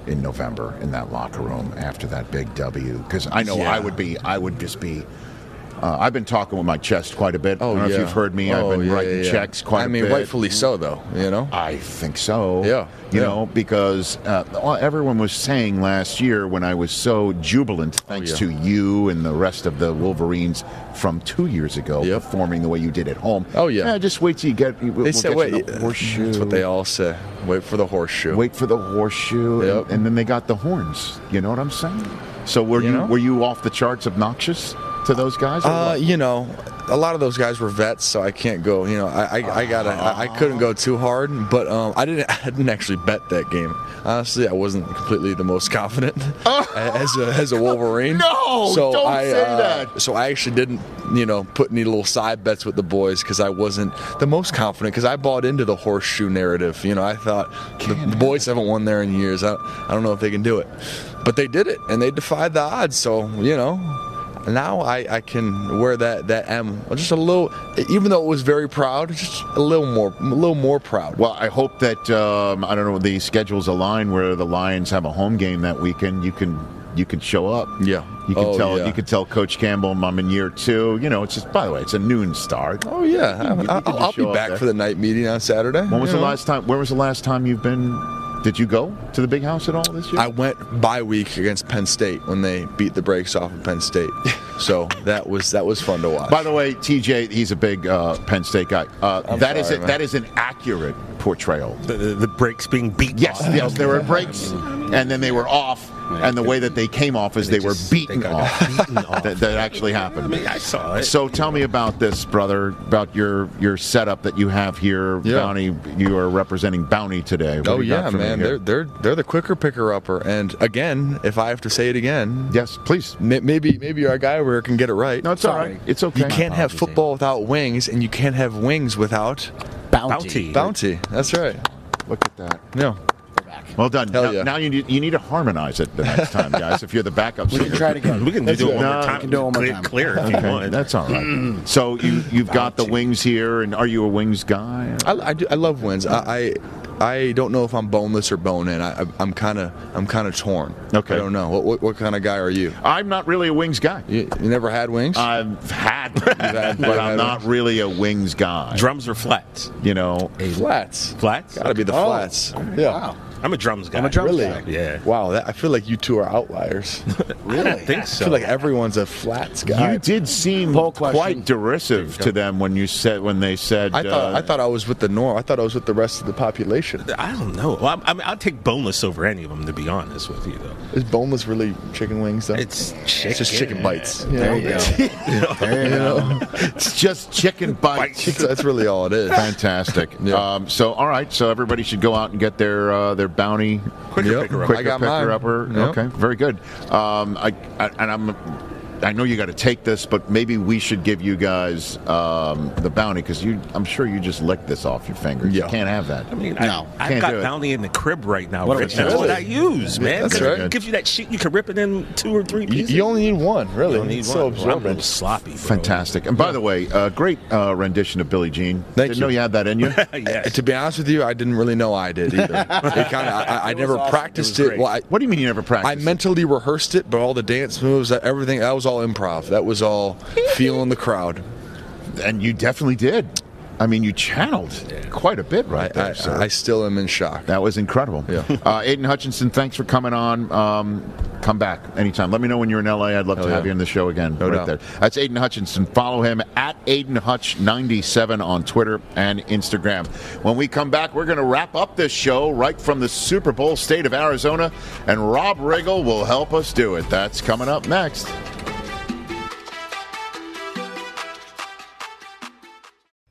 [SPEAKER 1] in November in that locker room after that big W? Because I know
[SPEAKER 6] Yeah.
[SPEAKER 1] I would be. I would just be. Uh, I've been talking with my chest quite a bit. I
[SPEAKER 6] Oh,
[SPEAKER 1] don't know
[SPEAKER 6] yeah.
[SPEAKER 1] if you've heard me.
[SPEAKER 6] Oh,
[SPEAKER 1] I've been
[SPEAKER 6] yeah,
[SPEAKER 1] writing
[SPEAKER 6] yeah, yeah.
[SPEAKER 1] checks quite
[SPEAKER 6] I
[SPEAKER 1] a
[SPEAKER 6] mean,
[SPEAKER 1] bit.
[SPEAKER 6] rightfully so, though. You know.
[SPEAKER 1] I think so.
[SPEAKER 6] Yeah,
[SPEAKER 1] You
[SPEAKER 6] yeah.
[SPEAKER 1] know, because uh, all- everyone was saying last year when I was so jubilant, thanks
[SPEAKER 6] Oh, yeah.
[SPEAKER 1] to you and the rest of the Wolverines from two years ago,
[SPEAKER 6] Yep.
[SPEAKER 1] performing the way you did at home.
[SPEAKER 6] Oh, yeah.
[SPEAKER 1] just wait till you get. We'll
[SPEAKER 6] They said,
[SPEAKER 1] get you
[SPEAKER 6] "Wait."
[SPEAKER 1] in the horseshoe.
[SPEAKER 6] That's what they all say. Wait for the horseshoe.
[SPEAKER 1] Wait for the horseshoe,
[SPEAKER 6] Yep.
[SPEAKER 1] and, and then they got the horns. You know what I'm saying? So were you,
[SPEAKER 6] You know?
[SPEAKER 1] were you off the charts obnoxious to those guys? or
[SPEAKER 6] Uh,
[SPEAKER 1] what?
[SPEAKER 6] you know, a lot of those guys were vets, so I can't go. You know, I, I, I gotta, I, I couldn't go too hard, but um, I didn't, I didn't actually bet that game. Honestly, I wasn't completely the most confident as a as a Wolverine.
[SPEAKER 1] Oh.
[SPEAKER 6] uh,
[SPEAKER 1] No, don't say that.
[SPEAKER 6] So I actually didn't, you know, put any little side bets with the boys because I wasn't the most confident because I bought into the horseshoe narrative. You know, I thought the, the boys haven't won there in years. I, I don't know if they can do it, but they did it and they defied the odds. So you know. Now I, I can wear that that M just a little, even though it was very proud, just a little more, a little more proud.
[SPEAKER 1] Well, I hope that um, I don't know the schedules align where the Lions have a home game that weekend. You can you can show up.
[SPEAKER 6] Yeah.
[SPEAKER 1] you can
[SPEAKER 6] Oh,
[SPEAKER 1] tell
[SPEAKER 6] yeah.
[SPEAKER 1] you can tell Coach Campbell I'm in year two. You know, it's just by the way, it's a noon start.
[SPEAKER 6] Oh yeah,
[SPEAKER 1] you
[SPEAKER 6] I,
[SPEAKER 1] could
[SPEAKER 6] will
[SPEAKER 1] just
[SPEAKER 6] I'll be
[SPEAKER 1] show up
[SPEAKER 6] back
[SPEAKER 1] there.
[SPEAKER 6] for the night meeting on Saturday.
[SPEAKER 1] When was the
[SPEAKER 6] you know.
[SPEAKER 1] last time? Where was the last time you've been? Did you go to the big house at all this year?
[SPEAKER 6] I went bye week against Penn State when they beat the brakes off of Penn State. So that was that was fun to watch.
[SPEAKER 1] By the way, TJ, he's a big uh, Penn State guy. Uh,
[SPEAKER 6] I'm
[SPEAKER 1] that is
[SPEAKER 6] sorry,
[SPEAKER 1] a-
[SPEAKER 6] man.
[SPEAKER 1] that is an accurate portrayal.
[SPEAKER 7] The, the, the brakes being beat.
[SPEAKER 1] Yes,
[SPEAKER 7] off.
[SPEAKER 1] yes, there were breaks, and then they were off, and the way that they came off is they, were
[SPEAKER 7] just-
[SPEAKER 1] beaten
[SPEAKER 7] they got
[SPEAKER 1] off.
[SPEAKER 7] beaten off.
[SPEAKER 1] That, that actually
[SPEAKER 7] I
[SPEAKER 1] happened.
[SPEAKER 7] mean, I saw it.
[SPEAKER 1] So tell me about this, brother, about your your setup that you have here,
[SPEAKER 6] Yeah.
[SPEAKER 1] Bounty. You are representing Bounty today. What
[SPEAKER 6] oh
[SPEAKER 1] do you got
[SPEAKER 6] yeah,
[SPEAKER 1] for me
[SPEAKER 6] man,
[SPEAKER 1] here?
[SPEAKER 6] they're they're they're the quicker picker upper. And again, if I have to say it again,
[SPEAKER 1] yes, please.
[SPEAKER 6] may- maybe maybe our guy over here can get it right.
[SPEAKER 1] No, it's all right. It's okay.
[SPEAKER 6] You can't have football without wings, and you can't have wings without
[SPEAKER 7] Bounty.
[SPEAKER 6] bounty. That's right.
[SPEAKER 1] Look at that.
[SPEAKER 6] Yeah.
[SPEAKER 1] Well done.
[SPEAKER 6] Hell
[SPEAKER 1] now,
[SPEAKER 6] yeah.
[SPEAKER 1] now you need you need to harmonize it the next time, guys. if you're the backup,
[SPEAKER 4] We can
[SPEAKER 1] singer.
[SPEAKER 4] try it again.
[SPEAKER 7] We can do it one
[SPEAKER 1] No,
[SPEAKER 7] more time.
[SPEAKER 4] we can do it one more
[SPEAKER 7] clear,
[SPEAKER 4] time.
[SPEAKER 7] Clear if you
[SPEAKER 1] Okay,
[SPEAKER 7] want.
[SPEAKER 1] that's all right. So you you've got the
[SPEAKER 7] Bounty.
[SPEAKER 1] wings here, and are you a wings guy?
[SPEAKER 6] I, I, do, I love wins. I, I I don't know if I'm boneless or bone in. I, I- I'm kind of I'm kind of torn.
[SPEAKER 1] Okay.
[SPEAKER 6] I don't know. What what, what kind of guy are you?
[SPEAKER 1] I'm not really a wings guy.
[SPEAKER 6] You, you never had wings?
[SPEAKER 7] Uh,
[SPEAKER 1] I've had, them, but I'm
[SPEAKER 6] had
[SPEAKER 1] not really a wings guy.
[SPEAKER 7] Drums or flats?
[SPEAKER 1] You know,
[SPEAKER 6] flats.
[SPEAKER 7] Flats?
[SPEAKER 6] Gotta be the
[SPEAKER 4] Oh.
[SPEAKER 6] flats. Yeah.
[SPEAKER 4] Wow.
[SPEAKER 7] I'm a drums guy.
[SPEAKER 4] I'm a drum
[SPEAKER 6] Really?
[SPEAKER 4] guy.
[SPEAKER 7] Yeah.
[SPEAKER 6] Wow. That, I feel like you two are outliers.
[SPEAKER 7] I don't think
[SPEAKER 6] I
[SPEAKER 7] so.
[SPEAKER 6] feel like everyone's a flats
[SPEAKER 1] You
[SPEAKER 6] guy.
[SPEAKER 1] did seem
[SPEAKER 4] Poll question.
[SPEAKER 1] quite derisive to them when you said when they said.
[SPEAKER 6] I thought
[SPEAKER 1] uh,
[SPEAKER 6] I thought I was with the norm. I thought I was with the rest of the population.
[SPEAKER 7] I don't know. Well, I'm- I mean, I'll take boneless over any of them, to be honest with you, though.
[SPEAKER 6] Is boneless really chicken wings though?
[SPEAKER 7] It's chicken.
[SPEAKER 6] It's just chicken bites. you
[SPEAKER 4] There
[SPEAKER 6] know?
[SPEAKER 4] you go. There you go.
[SPEAKER 1] it's just chicken bites.
[SPEAKER 6] It's- That's really all it is.
[SPEAKER 1] Fantastic.
[SPEAKER 6] Yeah.
[SPEAKER 1] um, so, all right. So everybody should go out and get their uh, their bounty
[SPEAKER 7] Quicker
[SPEAKER 6] Yep.
[SPEAKER 7] picker up.
[SPEAKER 6] Quick.
[SPEAKER 1] quicker
[SPEAKER 6] I got mine.
[SPEAKER 1] picker upper.
[SPEAKER 6] Yep.
[SPEAKER 1] Okay, very good. Um, I, I and I'm. I know you got to take this, but maybe we should give you guys um, the bounty because you. I'm sure you just licked this off your fingers.
[SPEAKER 6] Yeah.
[SPEAKER 1] You can't have that.
[SPEAKER 7] I mean,
[SPEAKER 4] No,
[SPEAKER 7] I, I've
[SPEAKER 1] can't
[SPEAKER 7] got
[SPEAKER 1] do it.
[SPEAKER 7] Bounty in the crib right now.
[SPEAKER 4] What a
[SPEAKER 7] Rich. That's
[SPEAKER 6] really?
[SPEAKER 7] what I use, man.
[SPEAKER 6] That's
[SPEAKER 7] 'cause
[SPEAKER 6] right.
[SPEAKER 7] It gives you that shit. You can rip it in two or three
[SPEAKER 6] You,
[SPEAKER 7] pieces.
[SPEAKER 6] you only need one, really.
[SPEAKER 7] You only need
[SPEAKER 6] it's
[SPEAKER 7] one.
[SPEAKER 6] so
[SPEAKER 7] Well, I'm a little
[SPEAKER 6] absorbent.
[SPEAKER 7] sloppy, bro.
[SPEAKER 1] Fantastic. And by the way, uh, great uh, rendition of Billie Jean. Didn't
[SPEAKER 6] you.
[SPEAKER 1] know you had that in you.
[SPEAKER 7] yes.
[SPEAKER 6] To be honest with you, I didn't really know I did either. it kind of, I, I
[SPEAKER 7] It was
[SPEAKER 6] never
[SPEAKER 7] awesome. It
[SPEAKER 6] practiced
[SPEAKER 7] was
[SPEAKER 6] it.
[SPEAKER 7] great.
[SPEAKER 6] Well, I,
[SPEAKER 1] what do you mean you never
[SPEAKER 6] I
[SPEAKER 1] practiced?
[SPEAKER 6] mentally rehearsed it, but all the dance moves, that- everything, that was all improv. That was all feeling the crowd.
[SPEAKER 1] and you definitely did. I mean, you channeled quite a bit
[SPEAKER 6] I,
[SPEAKER 1] right there.
[SPEAKER 6] I,
[SPEAKER 1] sir.
[SPEAKER 6] I still am in shock.
[SPEAKER 1] that was incredible.
[SPEAKER 6] Yeah.
[SPEAKER 1] Uh, Aiden Hutchinson, thanks for coming on. Um, come back anytime. Let me know when you're in LA. I'd love to
[SPEAKER 6] yeah.
[SPEAKER 1] have you on the show again.
[SPEAKER 6] No
[SPEAKER 1] right
[SPEAKER 6] doubt.
[SPEAKER 1] there. That's Aiden Hutchinson. Follow him at Aiden Hutch 97 on Twitter and Instagram. When we come back, we're going to wrap up this show right from the Super Bowl state of Arizona, and Rob Riggle will help us do it. That's coming up next.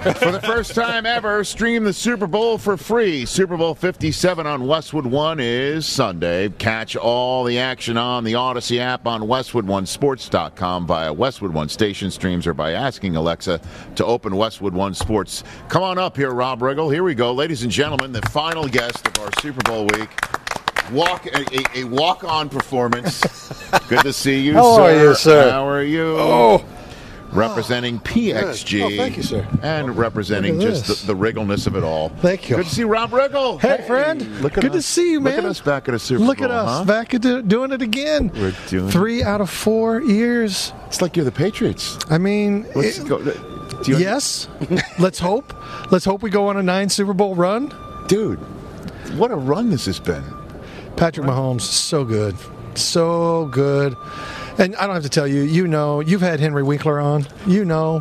[SPEAKER 1] for the first time ever, stream the Super Bowl for free. Super Bowl 57 on Westwood One is Sunday. Catch all the action on the Odyssey app on WestwoodOneSports.com via Westwood One station streams or by asking Alexa to open Westwood One Sports. Come on up here, Rob Riggle. Here we go. Ladies and gentlemen, the final guest of our Super Bowl week. Walk a, a, a walk-on performance. Good to see you,
[SPEAKER 6] How
[SPEAKER 1] sir.
[SPEAKER 6] are you, sir?
[SPEAKER 1] How are you?
[SPEAKER 6] Oh.
[SPEAKER 1] representing PXG.
[SPEAKER 6] Oh, thank you, sir.
[SPEAKER 1] And representing
[SPEAKER 6] look at
[SPEAKER 1] just
[SPEAKER 6] this.
[SPEAKER 1] the, the wriggleness of it all.
[SPEAKER 6] Thank you.
[SPEAKER 1] Good to see Rob Riggle.
[SPEAKER 6] Hey, friend.
[SPEAKER 1] Look at
[SPEAKER 6] Good to
[SPEAKER 1] us.
[SPEAKER 6] see you, man.
[SPEAKER 1] Look at us back at a Super
[SPEAKER 6] Look
[SPEAKER 1] Bowl.
[SPEAKER 6] at us
[SPEAKER 1] huh?
[SPEAKER 6] back at do- doing it again.
[SPEAKER 1] We're doing it.
[SPEAKER 6] three out of four years.
[SPEAKER 1] It's like you're the Patriots.
[SPEAKER 6] I mean,
[SPEAKER 1] Let's
[SPEAKER 6] it-
[SPEAKER 1] go. Do you-
[SPEAKER 6] yes. let's hope. Let's hope we go on a nine Super Bowl run.
[SPEAKER 1] Dude, what a run this has been.
[SPEAKER 6] Patrick Mahomes, so good, so good. And I don't have to tell you. You know, you've had Henry Winkler on. You know.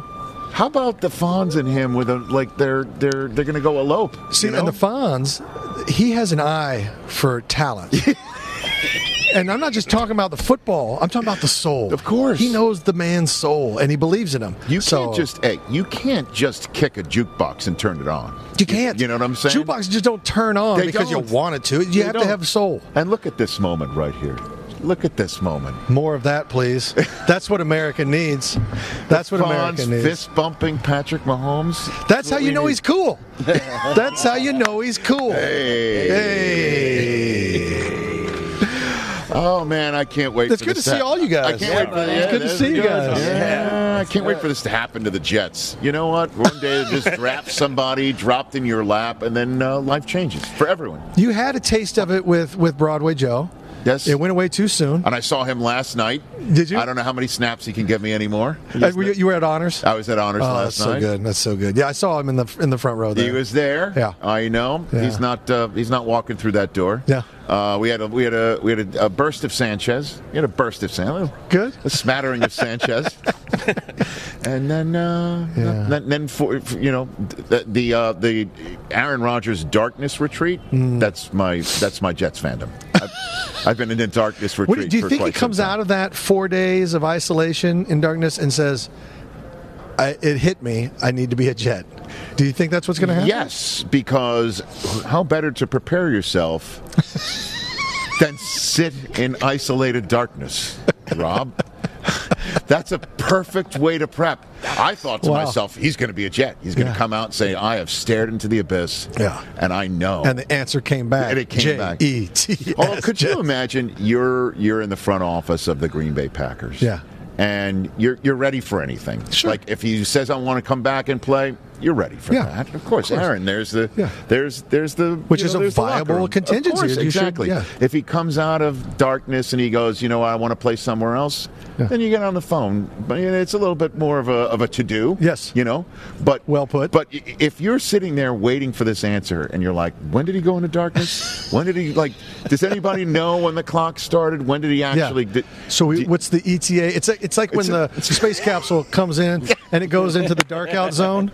[SPEAKER 1] How about the Fonz and him with a like they're they're they're gonna go elope.
[SPEAKER 6] See,
[SPEAKER 1] you
[SPEAKER 6] and
[SPEAKER 1] know?
[SPEAKER 6] the Fonz, he has an eye for talent. and I'm not just talking about the football. I'm talking about the soul.
[SPEAKER 1] Of course.
[SPEAKER 6] he knows the man's soul, and he believes in him.
[SPEAKER 1] you
[SPEAKER 6] So-
[SPEAKER 1] can't just hey, you can't just kick a jukebox and turn it on.
[SPEAKER 6] you can't.
[SPEAKER 1] You know what I'm saying?
[SPEAKER 6] Jukeboxes just don't turn on
[SPEAKER 1] They
[SPEAKER 6] because
[SPEAKER 1] don't.
[SPEAKER 6] you want it to. You
[SPEAKER 1] They
[SPEAKER 6] have
[SPEAKER 1] don't.
[SPEAKER 6] to have soul.
[SPEAKER 1] And look at this moment right here. Look at this moment.
[SPEAKER 6] More of that, please. That's what America needs. That's what America
[SPEAKER 1] Fonz
[SPEAKER 6] needs.
[SPEAKER 1] fist bumping Patrick Mahomes.
[SPEAKER 6] That's how
[SPEAKER 1] What
[SPEAKER 6] you
[SPEAKER 1] we
[SPEAKER 6] know
[SPEAKER 1] need.
[SPEAKER 6] he's cool. That's how you know he's cool. Hey.
[SPEAKER 1] Oh man, I can't wait.
[SPEAKER 6] It's
[SPEAKER 1] for
[SPEAKER 6] good
[SPEAKER 1] this
[SPEAKER 6] to see
[SPEAKER 1] hap-
[SPEAKER 6] all you guys.
[SPEAKER 1] I can't wait. For,
[SPEAKER 6] Yeah, it's good to
[SPEAKER 1] that-
[SPEAKER 6] see you guys.
[SPEAKER 1] Yeah, I can't wait for this to happen to the Jets. You know what? One day they just draft somebody, dropped in your lap, and then uh, life changes for everyone.
[SPEAKER 6] You had a taste of it with with Broadway Joe.
[SPEAKER 1] Yes.
[SPEAKER 6] It went away too soon.
[SPEAKER 1] and I saw him last night.
[SPEAKER 6] Did you?
[SPEAKER 1] I don't know how many snaps he can give me anymore.
[SPEAKER 6] Uh, were you, you were at honors.
[SPEAKER 1] I was at honors
[SPEAKER 6] oh,
[SPEAKER 1] last
[SPEAKER 6] that's so
[SPEAKER 1] night.
[SPEAKER 6] good. That's so good. Yeah, I saw him in the in the front row there.
[SPEAKER 1] He was there.
[SPEAKER 6] Yeah.
[SPEAKER 1] I know.
[SPEAKER 6] Yeah.
[SPEAKER 1] He's not. Uh, he's not walking through that door.
[SPEAKER 6] Yeah.
[SPEAKER 1] Uh, we had a we had a we had a, a burst of Sanchez. We had a burst of Sanchez.
[SPEAKER 6] Good.
[SPEAKER 1] A smattering of Sanchez. and then, uh,
[SPEAKER 6] Yeah.
[SPEAKER 1] then, then for, for, you know the the, uh, the Aaron Rodgers darkness retreat.
[SPEAKER 6] Hmm.
[SPEAKER 1] That's my that's my Jets fandom. I've, I've been in the darkness retreat.
[SPEAKER 6] What do, you- do
[SPEAKER 1] for
[SPEAKER 6] you think he
[SPEAKER 1] quite some
[SPEAKER 6] comes
[SPEAKER 1] time.
[SPEAKER 6] out of that four days of isolation in darkness and says, I, "It hit me. I need to be a jet." Do you think that's what's going to happen?
[SPEAKER 1] Yes, because how better to prepare yourself than sit in isolated darkness, Rob? That's a perfect way to prep. I thought to
[SPEAKER 6] Wow.
[SPEAKER 1] myself, he's going to be a jet. He's going to
[SPEAKER 6] Yeah.
[SPEAKER 1] come out and say, I have stared into the abyss.
[SPEAKER 6] Yeah.
[SPEAKER 1] And I know.
[SPEAKER 6] And the answer came back. E
[SPEAKER 1] And it came back.
[SPEAKER 6] J-E-T-S,
[SPEAKER 1] Oh, could
[SPEAKER 6] jet.
[SPEAKER 1] you imagine you're you're in the front office of the Green Bay Packers?
[SPEAKER 6] Yeah.
[SPEAKER 1] And you're you're ready for anything.
[SPEAKER 6] Sure.
[SPEAKER 1] Like if he says I want to come back and play, you're ready for
[SPEAKER 6] Yeah,
[SPEAKER 1] that. Of course,
[SPEAKER 6] of course.
[SPEAKER 1] Aaron, there's the
[SPEAKER 6] Yeah.
[SPEAKER 1] there's there's the
[SPEAKER 6] Which
[SPEAKER 1] you
[SPEAKER 6] is
[SPEAKER 1] know,
[SPEAKER 6] a
[SPEAKER 1] there's the locker
[SPEAKER 6] viable
[SPEAKER 1] room. Of
[SPEAKER 6] contingency.
[SPEAKER 1] course,
[SPEAKER 6] You should-
[SPEAKER 1] exactly.
[SPEAKER 6] yeah.
[SPEAKER 1] If he comes out of darkness and he goes, you know, what, I want to play somewhere else, then you get on the phone. But you know, it's a little bit more of a of a to do.
[SPEAKER 6] Yes.
[SPEAKER 1] You know, but
[SPEAKER 6] Well put.
[SPEAKER 1] But i- if you're sitting there waiting for this answer and you're like, when did he go into darkness? when did he like? Does anybody know when the clock started? When did he actually?
[SPEAKER 6] yeah.
[SPEAKER 1] Did,
[SPEAKER 6] so we,
[SPEAKER 1] did-
[SPEAKER 6] what's the E ETA? It's like, it's like when
[SPEAKER 1] It's a-
[SPEAKER 6] the space capsule comes in and it goes into the dark out zone.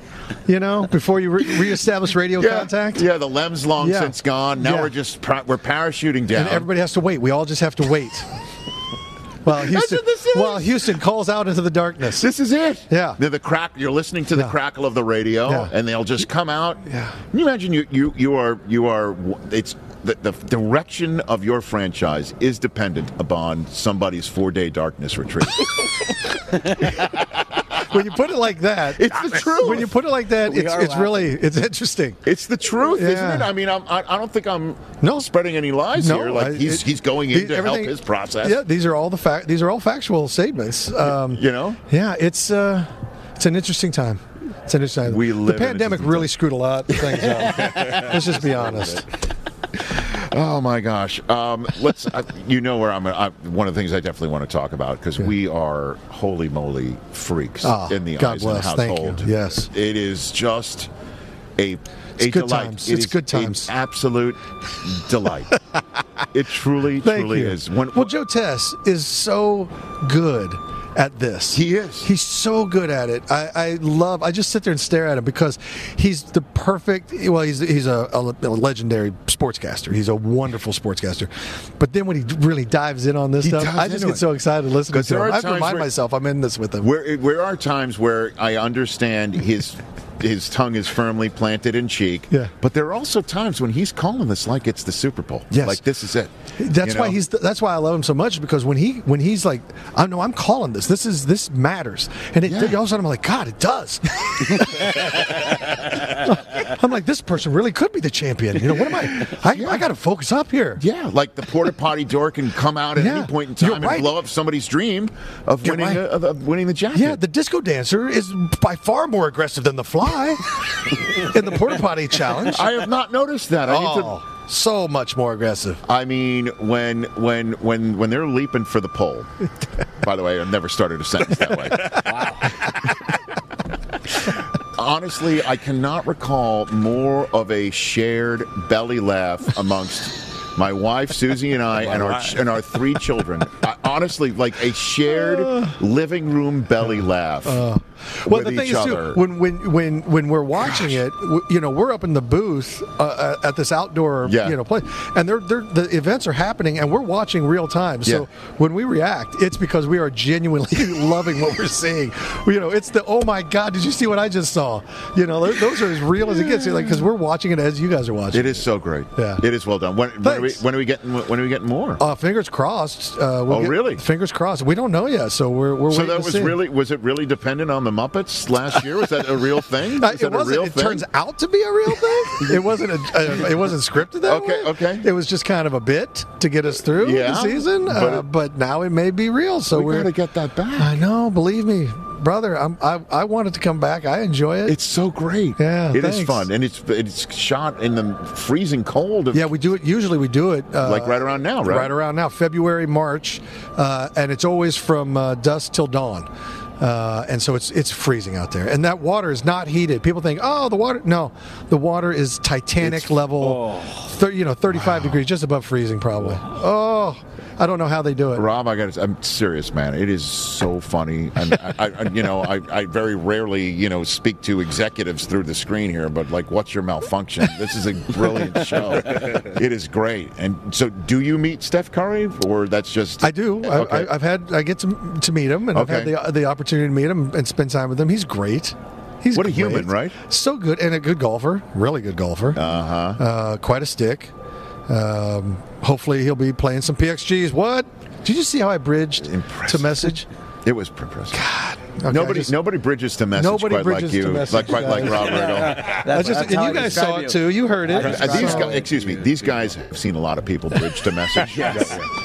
[SPEAKER 6] you know, before you re- reestablish radio
[SPEAKER 1] Yeah.
[SPEAKER 6] contact.
[SPEAKER 1] Yeah, the lem's long
[SPEAKER 6] Yeah.
[SPEAKER 1] since gone. Now
[SPEAKER 6] Yeah.
[SPEAKER 1] we're just pra- we're parachuting down.
[SPEAKER 6] And everybody has to wait. We all just have to wait. While Houston, while Houston calls out into the darkness.
[SPEAKER 1] this is it.
[SPEAKER 6] Yeah.
[SPEAKER 1] They're the crack. You're listening to the
[SPEAKER 6] Yeah.
[SPEAKER 1] crackle of the radio,
[SPEAKER 6] Yeah.
[SPEAKER 1] and they'll just come out.
[SPEAKER 6] Yeah.
[SPEAKER 1] Can you imagine you you you are you are w- it's. The, the direction of your franchise is dependent upon somebody's four-day darkness retreat.
[SPEAKER 6] When you put it like that,
[SPEAKER 1] It's the truth.
[SPEAKER 6] When you put it like that, it's,
[SPEAKER 8] are
[SPEAKER 6] it's really it's interesting.
[SPEAKER 1] it's the truth, isn't it?
[SPEAKER 6] Yeah.
[SPEAKER 1] I mean, I'm, I, I don't think I'm
[SPEAKER 6] No.
[SPEAKER 1] spreading any lies here. Like
[SPEAKER 6] I-
[SPEAKER 1] he's
[SPEAKER 6] it-
[SPEAKER 1] he's going
[SPEAKER 6] the-
[SPEAKER 1] in to help
[SPEAKER 6] everything-
[SPEAKER 1] his process.
[SPEAKER 6] Yeah, these are all the fact. These are all factual statements. Um,
[SPEAKER 1] You know,
[SPEAKER 6] yeah, it's uh, it's an interesting time. It's an interesting. Time.
[SPEAKER 1] We live
[SPEAKER 6] the
[SPEAKER 1] in an
[SPEAKER 6] pandemic
[SPEAKER 1] interesting time.
[SPEAKER 6] really screwed a lot of things up. Let's just be honest.
[SPEAKER 1] Oh my gosh! Um, let's. I, you know where I'm. I, one of the things I definitely want to talk about because we are holy moly freaks
[SPEAKER 6] Ah,
[SPEAKER 1] in the
[SPEAKER 6] God
[SPEAKER 1] Eisen
[SPEAKER 6] bless. Thank you.
[SPEAKER 1] household.
[SPEAKER 6] Yes.
[SPEAKER 1] it is just a. a
[SPEAKER 6] good
[SPEAKER 1] delight.
[SPEAKER 6] times.
[SPEAKER 1] It is
[SPEAKER 6] It's good
[SPEAKER 1] an
[SPEAKER 6] times.
[SPEAKER 1] absolute delight. it truly,
[SPEAKER 6] Thank
[SPEAKER 1] truly
[SPEAKER 6] you.
[SPEAKER 1] is. When,
[SPEAKER 6] well, Joe Tess is so good at this.
[SPEAKER 1] He is.
[SPEAKER 6] He's so good at it. I, I love. I just sit there and stare at him because he's the perfect. Well, he's he's a, a legendary sportscaster. He's a wonderful sportscaster. But then when he really dives in on this
[SPEAKER 1] He
[SPEAKER 6] stuff,
[SPEAKER 1] dives
[SPEAKER 6] I just
[SPEAKER 1] into
[SPEAKER 6] get
[SPEAKER 1] it.
[SPEAKER 6] so excited listening
[SPEAKER 1] 'Cause
[SPEAKER 6] to
[SPEAKER 1] there
[SPEAKER 6] him.
[SPEAKER 1] are
[SPEAKER 6] I have to
[SPEAKER 1] times
[SPEAKER 6] remind
[SPEAKER 1] where-
[SPEAKER 6] myself I'm in this with him.
[SPEAKER 1] where where are times where I understand his his tongue is firmly planted in cheek.
[SPEAKER 6] Yeah.
[SPEAKER 1] But there are also times when he's calling this like it's the Super Bowl.
[SPEAKER 6] Yes.
[SPEAKER 1] Like this is it.
[SPEAKER 6] That's
[SPEAKER 1] You
[SPEAKER 6] why
[SPEAKER 1] know?
[SPEAKER 6] he's. That's why I love him so much because when he when he's like, I know I'm calling this. This is this matters, and it,
[SPEAKER 1] Yeah.
[SPEAKER 6] all of a sudden I'm like, God, it does. I'm like, this person really could be the champion. You know, what am I? I, I got to focus up here.
[SPEAKER 1] Yeah, like the porta potty door can come out at
[SPEAKER 6] Yeah,
[SPEAKER 1] any point in
[SPEAKER 6] you're
[SPEAKER 1] time and
[SPEAKER 6] right.
[SPEAKER 1] blow up somebody's dream of
[SPEAKER 6] You're
[SPEAKER 1] winning
[SPEAKER 6] right.
[SPEAKER 1] the, of, of winning the jacket.
[SPEAKER 6] Yeah, the disco dancer is by far more aggressive than the fly in the porta potty challenge.
[SPEAKER 1] I have not noticed that. I, need
[SPEAKER 6] oh,
[SPEAKER 1] to,
[SPEAKER 6] so much more aggressive.
[SPEAKER 1] I mean, when when when when they're leaping for the pole. By the way, I've never started a sentence that way. Honestly, I cannot recall more of a shared belly laugh amongst my wife Susie and I and our and our three children. I, honestly, like a shared living room belly laugh.
[SPEAKER 6] Uh. well,
[SPEAKER 1] with
[SPEAKER 6] the thing
[SPEAKER 1] each
[SPEAKER 6] is
[SPEAKER 1] other.
[SPEAKER 6] too when when when when we're watching it, w- you know, we're up in the booth uh, uh, at this outdoor
[SPEAKER 1] Yeah.
[SPEAKER 6] you know place, and they're, they're the events are happening, and we're watching real time. So when we react, it's because we are genuinely loving what we're seeing. You know, it's the oh my god, did you see what I just saw? You know, th- those are as real as it gets. Like because we're watching it as you guys are watching.
[SPEAKER 1] It is so great.
[SPEAKER 6] Yeah.
[SPEAKER 1] It is well done. When, when, are, we,
[SPEAKER 6] Thanks.
[SPEAKER 1] when are we getting when are we getting more?
[SPEAKER 6] Uh, fingers crossed. Uh, we'll
[SPEAKER 1] Oh,
[SPEAKER 6] get-
[SPEAKER 1] really?
[SPEAKER 6] Fingers crossed. We don't know yet, so we're we're
[SPEAKER 1] so
[SPEAKER 6] waiting
[SPEAKER 1] that
[SPEAKER 6] to
[SPEAKER 1] was
[SPEAKER 6] see.
[SPEAKER 1] really was it really dependent on the Muppets last year? Was that a real thing?
[SPEAKER 6] Uh,
[SPEAKER 1] Was
[SPEAKER 6] it
[SPEAKER 1] that a
[SPEAKER 6] wasn't.
[SPEAKER 1] real
[SPEAKER 6] it
[SPEAKER 1] thing?
[SPEAKER 6] turns out to be a real thing. it wasn't. A, uh, it wasn't scripted that
[SPEAKER 1] Okay,
[SPEAKER 6] way.
[SPEAKER 1] okay.
[SPEAKER 6] It was just kind of a bit to get us through
[SPEAKER 1] Yeah,
[SPEAKER 6] the season. But,
[SPEAKER 1] but
[SPEAKER 6] uh,
[SPEAKER 1] it-
[SPEAKER 6] but now it may be real. So
[SPEAKER 1] we
[SPEAKER 6] are
[SPEAKER 1] gotta get that back.
[SPEAKER 6] I know. Believe me, brother. I'm, I I want it to come back. I enjoy it.
[SPEAKER 1] It's so great.
[SPEAKER 6] Yeah,
[SPEAKER 1] it is
[SPEAKER 6] thanks.
[SPEAKER 1] fun, and it's it's shot in the freezing cold. Of,
[SPEAKER 6] yeah, we do it. Usually, we do it uh,
[SPEAKER 1] like right around now, right?
[SPEAKER 6] right around now, February, March, uh, and it's always from uh, dusk till dawn. Uh, and so it's it's freezing out there, and that water is not heated. People think, oh, the water. No, the water is Titanic
[SPEAKER 1] oh.
[SPEAKER 6] level, thir- you know, thirty-five degrees, just above freezing, probably. Oh, I don't know how they do it.
[SPEAKER 1] Rob, I got. I'm serious, man. It is so funny, and I, I, I- you know, I, I very rarely, you know, speak to executives through the screen here, but like, what's your malfunction? This is a brilliant show. It is great. And so, do you meet Steph Curry, or that's just?
[SPEAKER 6] I do. I,
[SPEAKER 1] Okay.
[SPEAKER 6] I, I've had I get to to meet him, and I've
[SPEAKER 1] Okay.
[SPEAKER 6] had the the opportunity to meet him and spend time with him. He's great. He's
[SPEAKER 1] What a
[SPEAKER 6] great.
[SPEAKER 1] human, right?
[SPEAKER 6] So good and a good golfer, really good golfer. Uh-huh. Quite a stick. Um, hopefully, he'll be playing some PXGs. What? Did you see how I bridged
[SPEAKER 1] Impressive.
[SPEAKER 6] to message?
[SPEAKER 1] It was impressive.
[SPEAKER 6] Okay, I
[SPEAKER 1] nobody,
[SPEAKER 6] just-
[SPEAKER 1] nobody bridges to message
[SPEAKER 6] Nobody
[SPEAKER 1] quite
[SPEAKER 6] bridges
[SPEAKER 1] like
[SPEAKER 6] to
[SPEAKER 1] you,
[SPEAKER 6] message,
[SPEAKER 1] like quite like
[SPEAKER 6] guys.
[SPEAKER 1] Rob Riddle.
[SPEAKER 8] That's,
[SPEAKER 6] I just-
[SPEAKER 8] that's
[SPEAKER 6] and
[SPEAKER 8] how
[SPEAKER 6] you
[SPEAKER 8] I
[SPEAKER 6] guys
[SPEAKER 8] describe
[SPEAKER 6] saw
[SPEAKER 8] you.
[SPEAKER 6] it too. You heard it.
[SPEAKER 1] Uh, These
[SPEAKER 6] So-
[SPEAKER 1] guys, excuse me, these guys have seen a lot of people bridge to message.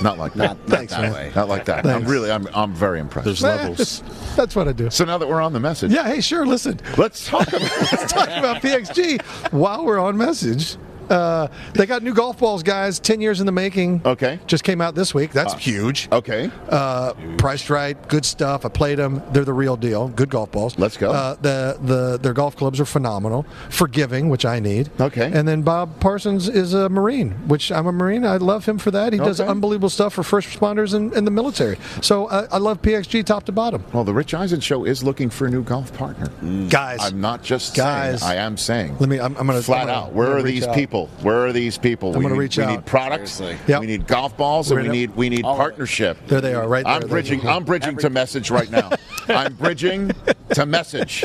[SPEAKER 1] Not like
[SPEAKER 8] Not-
[SPEAKER 1] that.
[SPEAKER 8] not Thanks, that man. way.
[SPEAKER 1] Not like that. I'm
[SPEAKER 6] Thanks.
[SPEAKER 1] really, I'm, I'm very impressed.
[SPEAKER 7] There's
[SPEAKER 6] Eh,
[SPEAKER 7] levels.
[SPEAKER 6] That's what I do.
[SPEAKER 1] So now that we're on the message,
[SPEAKER 6] Yeah. Hey, sure. Listen,
[SPEAKER 1] let's talk about
[SPEAKER 6] let's talk about PXG while we're on message. Uh, they got new golf balls, guys. Ten years in the making.
[SPEAKER 1] Okay.
[SPEAKER 6] Just came out this week. That's
[SPEAKER 1] Ah,
[SPEAKER 6] huge.
[SPEAKER 1] Okay.
[SPEAKER 6] Uh, priced right, good stuff. I played them. They're the real deal. Good golf balls.
[SPEAKER 1] Let's go.
[SPEAKER 6] Uh, the the their golf clubs are phenomenal, forgiving, which I need.
[SPEAKER 1] Okay.
[SPEAKER 6] And then Bob Parsons is a Marine, which I'm a Marine. I love him for that. He does
[SPEAKER 1] Okay.
[SPEAKER 6] unbelievable stuff for first responders and, and the military. So I, I love PXG top to bottom.
[SPEAKER 1] Well, the Rich Eisen show is looking for a new golf partner.
[SPEAKER 6] Guys,
[SPEAKER 1] Mm. I'm not just
[SPEAKER 6] Guys.
[SPEAKER 1] saying. I am saying.
[SPEAKER 6] let me. I'm, I'm gonna
[SPEAKER 1] Flat
[SPEAKER 6] I'm gonna-
[SPEAKER 1] out.
[SPEAKER 6] I'm
[SPEAKER 1] Where
[SPEAKER 6] gonna
[SPEAKER 1] are
[SPEAKER 6] reach
[SPEAKER 1] these
[SPEAKER 6] out.
[SPEAKER 1] people? Where are these people?
[SPEAKER 6] I'm
[SPEAKER 1] we
[SPEAKER 6] gonna
[SPEAKER 1] need,
[SPEAKER 6] reach
[SPEAKER 1] we
[SPEAKER 6] out.
[SPEAKER 1] need products.
[SPEAKER 5] Seriously.
[SPEAKER 6] Yep.
[SPEAKER 1] We need golf balls,
[SPEAKER 6] We're
[SPEAKER 1] and we
[SPEAKER 6] gonna-
[SPEAKER 1] need we need
[SPEAKER 5] All of it.
[SPEAKER 1] partnership.
[SPEAKER 6] There they are, right there.
[SPEAKER 1] I'm bridging. I'm bridging to message right now. I'm bridging to message.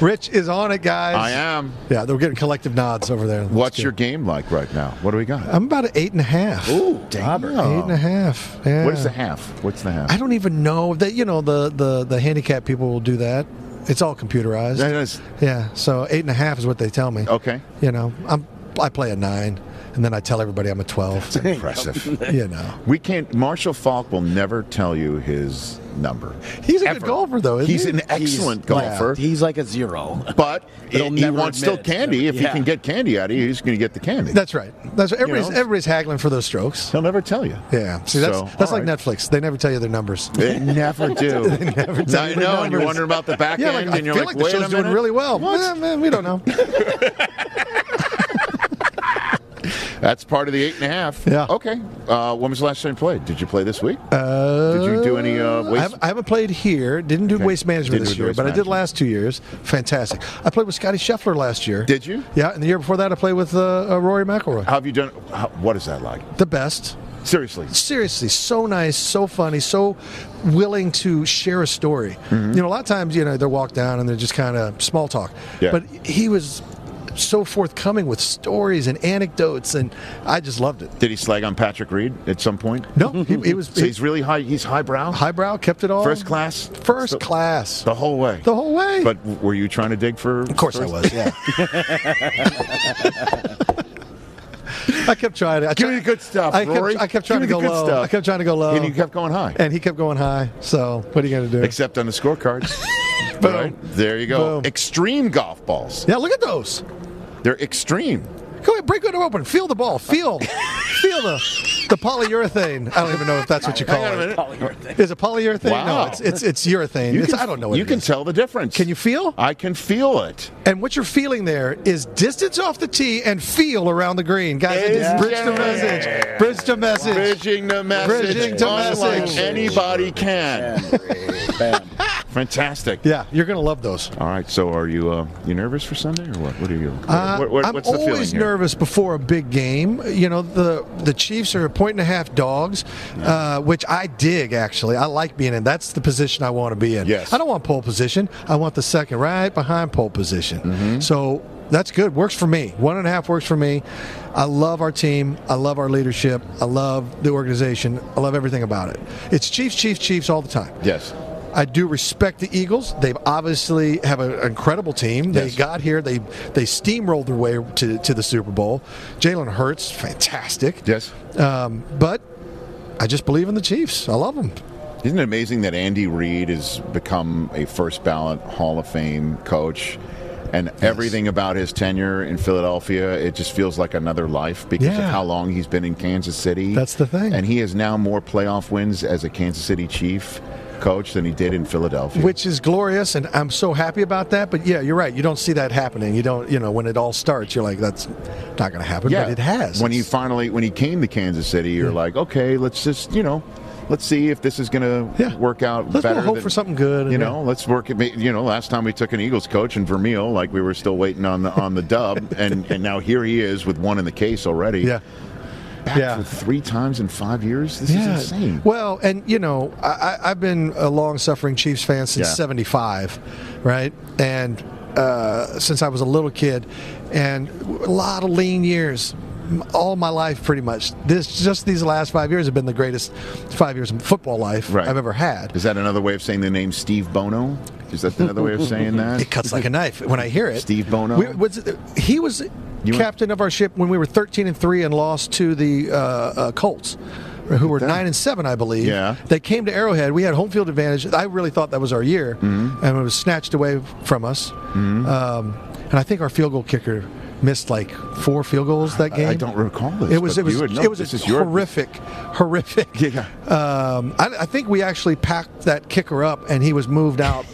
[SPEAKER 6] Rich is on it, guys.
[SPEAKER 1] I am.
[SPEAKER 6] Yeah, they're getting collective nods over there. That's
[SPEAKER 1] What's
[SPEAKER 6] good.
[SPEAKER 1] your game like right now? What do we got?
[SPEAKER 6] I'm about an eight and a half.
[SPEAKER 1] Ooh,
[SPEAKER 6] Eight and a half. Yeah.
[SPEAKER 1] What is the half? What's the half?
[SPEAKER 6] uh, I don't even know that. You know, the the the handicap people will do that. It's all computerized.
[SPEAKER 1] That is-
[SPEAKER 6] Yeah. So eight and a half is what they tell me.
[SPEAKER 1] Okay.
[SPEAKER 6] You know, I'm I play a nine, and then I tell everybody I'm a twelve.
[SPEAKER 1] Impressive.
[SPEAKER 6] you know,
[SPEAKER 1] We can't. Marshall Falk will never tell you his number.
[SPEAKER 6] he's a
[SPEAKER 1] Ever.
[SPEAKER 6] good golfer though. Isn't
[SPEAKER 1] He's
[SPEAKER 6] he?
[SPEAKER 1] an e- excellent golfer,
[SPEAKER 5] He's like a zero.
[SPEAKER 1] but
[SPEAKER 5] He'll
[SPEAKER 1] he he
[SPEAKER 5] never
[SPEAKER 1] wants
[SPEAKER 5] admit
[SPEAKER 1] still
[SPEAKER 5] it.
[SPEAKER 1] candy. If he
[SPEAKER 5] Yeah.
[SPEAKER 1] can get candy out of you, he's going to get the candy.
[SPEAKER 6] That's right. That's right. Everybody's,
[SPEAKER 1] know?
[SPEAKER 6] everybody's haggling for those strokes.
[SPEAKER 1] He'll never tell you.
[SPEAKER 6] Yeah. See, that's
[SPEAKER 1] So,
[SPEAKER 6] that's
[SPEAKER 1] all
[SPEAKER 6] like
[SPEAKER 1] right.
[SPEAKER 6] Netflix. They never tell you their numbers.
[SPEAKER 1] They never do. they never
[SPEAKER 6] tell
[SPEAKER 1] I know, and
[SPEAKER 6] you their
[SPEAKER 1] you're
[SPEAKER 6] numbers.
[SPEAKER 1] wondering about the back
[SPEAKER 6] Yeah,
[SPEAKER 1] end,
[SPEAKER 6] like, I
[SPEAKER 1] and you're
[SPEAKER 6] feel
[SPEAKER 1] like,
[SPEAKER 6] like,
[SPEAKER 1] wait
[SPEAKER 6] the
[SPEAKER 1] a
[SPEAKER 6] show's doing
[SPEAKER 1] minute."
[SPEAKER 6] really well.
[SPEAKER 1] What?
[SPEAKER 6] Eh, man, we don't know.
[SPEAKER 1] That's part of the eight and a half.
[SPEAKER 6] Yeah.
[SPEAKER 1] Okay. Uh, when was the last time you played? Did you play this week?
[SPEAKER 6] Uh,
[SPEAKER 1] Did you do any, uh, waste-
[SPEAKER 6] I haven't, I haven't played here. Didn't do
[SPEAKER 1] Okay.
[SPEAKER 6] waste management
[SPEAKER 1] Didn't
[SPEAKER 6] this
[SPEAKER 1] do
[SPEAKER 6] year,
[SPEAKER 1] waste
[SPEAKER 6] but I did
[SPEAKER 1] management.
[SPEAKER 6] last two years. Fantastic. I played with Scotty Scheffler last year.
[SPEAKER 1] Did you?
[SPEAKER 6] Yeah, and the year before that, I played with uh, uh, Rory McIlroy.
[SPEAKER 1] How have you done? How, what is that like?
[SPEAKER 6] the best.
[SPEAKER 1] Seriously.
[SPEAKER 6] Seriously, so nice, so funny, so willing to share a story.
[SPEAKER 1] Mm-hmm.
[SPEAKER 6] You know, a lot of times, you know, they walk down and they're just kind of small talk.
[SPEAKER 1] Yeah.
[SPEAKER 6] But he was so forthcoming with stories and anecdotes, and I just loved it.
[SPEAKER 1] Did he slag on Patrick Reed at some point?
[SPEAKER 6] No, he, he was
[SPEAKER 1] So he's really high. He's highbrow.
[SPEAKER 6] highbrow, kept it all
[SPEAKER 1] First class.
[SPEAKER 6] First
[SPEAKER 1] The-
[SPEAKER 6] class.
[SPEAKER 1] The whole way.
[SPEAKER 6] The whole way.
[SPEAKER 1] But w- were you trying to dig for?
[SPEAKER 6] Of course I was, yeah. I kept trying to. I
[SPEAKER 1] Give
[SPEAKER 6] tried-
[SPEAKER 1] me the good stuff,
[SPEAKER 6] I kept,
[SPEAKER 1] Rory.
[SPEAKER 6] I kept trying to
[SPEAKER 1] Give me the
[SPEAKER 6] go
[SPEAKER 1] good
[SPEAKER 6] low.
[SPEAKER 1] stuff.
[SPEAKER 6] I kept trying to go low.
[SPEAKER 1] And you kept going high.
[SPEAKER 6] And he kept going high. So what are you going to do?
[SPEAKER 1] Except on the scorecards.
[SPEAKER 6] Boom.
[SPEAKER 1] Right? There you go.
[SPEAKER 6] Boom.
[SPEAKER 1] Extreme golf balls.
[SPEAKER 6] yeah, look at those.
[SPEAKER 1] They're extreme.
[SPEAKER 6] Go ahead, break window open. Feel the ball. Feel, feel the the polyurethane. I don't even know if that's what you call it. Is it polyurethane?
[SPEAKER 1] Wow.
[SPEAKER 6] No, it's it's, it's urethane. It's- I don't know. What
[SPEAKER 1] You
[SPEAKER 6] it
[SPEAKER 1] can
[SPEAKER 6] is.
[SPEAKER 1] tell Uh, the difference.
[SPEAKER 6] Can you feel?
[SPEAKER 1] I can feel it.
[SPEAKER 6] And what you're feeling there is distance off the tee and feel around the green, guys. I did Bridge to message. Bridge to message.
[SPEAKER 1] Bridging the message.
[SPEAKER 6] Bridging the
[SPEAKER 1] unlike
[SPEAKER 6] message.
[SPEAKER 1] Anybody can.
[SPEAKER 5] Bam.
[SPEAKER 1] Fantastic.
[SPEAKER 6] Yeah, you're gonna love those.
[SPEAKER 1] All right. So, are you uh, you nervous for Sunday or what? What are you?
[SPEAKER 6] Uh,
[SPEAKER 1] what, what,
[SPEAKER 6] I'm
[SPEAKER 1] what's the feeling
[SPEAKER 6] always
[SPEAKER 1] here?
[SPEAKER 6] nervous before a big game. You know, the the Chiefs are a point and a half dogs, uh, which I dig actually. I like being in. That's the position I want to be in.
[SPEAKER 1] Yes.
[SPEAKER 6] I don't want pole position. I want the second, right behind pole position.
[SPEAKER 1] Mm-hmm.
[SPEAKER 6] So that's good. Works for me. One and a half works for me. I love our team. I love our leadership. I love the organization. I love everything about it. It's Chiefs, Chiefs, Chiefs all the time.
[SPEAKER 1] Yes.
[SPEAKER 6] I do respect the Eagles. They obviously have an incredible team. They
[SPEAKER 1] Yes.
[SPEAKER 6] got here. They they steamrolled their way to, to the Super Bowl. Jalen Hurts, fantastic.
[SPEAKER 1] Yes.
[SPEAKER 6] Um, but I just believe in the Chiefs. I love them.
[SPEAKER 1] Isn't it amazing that Andy Reid has become a first ballot Hall of Fame coach? And everything about his tenure in Philadelphia, it just feels like another life because of
[SPEAKER 6] Yeah.
[SPEAKER 1] how long he's been in Kansas City.
[SPEAKER 6] That's the thing.
[SPEAKER 1] And he has now more playoff wins as a Kansas City Chief coach than he did in Philadelphia.
[SPEAKER 6] which is glorious and i'm so happy about that but yeah you're right you don't see that happening you don't you know when it all starts you're like that's not going to happen but it has
[SPEAKER 1] When he
[SPEAKER 6] It's-
[SPEAKER 1] finally when he came to Kansas City, you're like, okay, let's just you know, let's see if this is going to
[SPEAKER 6] Yeah.
[SPEAKER 1] work out.
[SPEAKER 6] Let's
[SPEAKER 1] better
[SPEAKER 6] hope
[SPEAKER 1] than-
[SPEAKER 6] for something good and-
[SPEAKER 1] You know, let's work. It, you know, last time we took an Eagles coach in Vermeil, like we were still waiting on the on the dub, and and now here he is with one in the case already.
[SPEAKER 6] yeah
[SPEAKER 1] Back
[SPEAKER 6] yeah.
[SPEAKER 1] for three times in five years. This is insane.
[SPEAKER 6] Well, and you know, I, I- I've been a long-suffering Chiefs fan since
[SPEAKER 1] Yeah.
[SPEAKER 6] '75, right? And uh, since I was a little kid, and a lot of lean years, m- all my life pretty much. This just these last five years have been the greatest five years of football life
[SPEAKER 1] Right.
[SPEAKER 6] I've ever had.
[SPEAKER 1] Is that another way of saying the name Steve Bono? Is that another way of saying that?
[SPEAKER 6] It cuts like a knife when I hear it.
[SPEAKER 1] Steve Bono?
[SPEAKER 6] We- was it- he was
[SPEAKER 1] You were-
[SPEAKER 6] captain of our ship when we were thirteen and three and lost to the uh, uh, Colts, who were
[SPEAKER 1] that.
[SPEAKER 6] nine and seven, I believe.
[SPEAKER 1] Yeah.
[SPEAKER 6] they came to Arrowhead. We had home field advantage. I really thought that was our
[SPEAKER 1] Mm-hmm.
[SPEAKER 6] year, and it was snatched away from us. Um, and I think our field goal kicker missed like four field goals that game.
[SPEAKER 1] I don't recall this.
[SPEAKER 6] It was
[SPEAKER 1] but
[SPEAKER 6] it was
[SPEAKER 1] you would know.
[SPEAKER 6] it was
[SPEAKER 1] This
[SPEAKER 6] a
[SPEAKER 1] is your-
[SPEAKER 6] horrific, horrific.
[SPEAKER 1] Yeah.
[SPEAKER 6] Um, I, I think we actually packed that kicker up, and he was moved out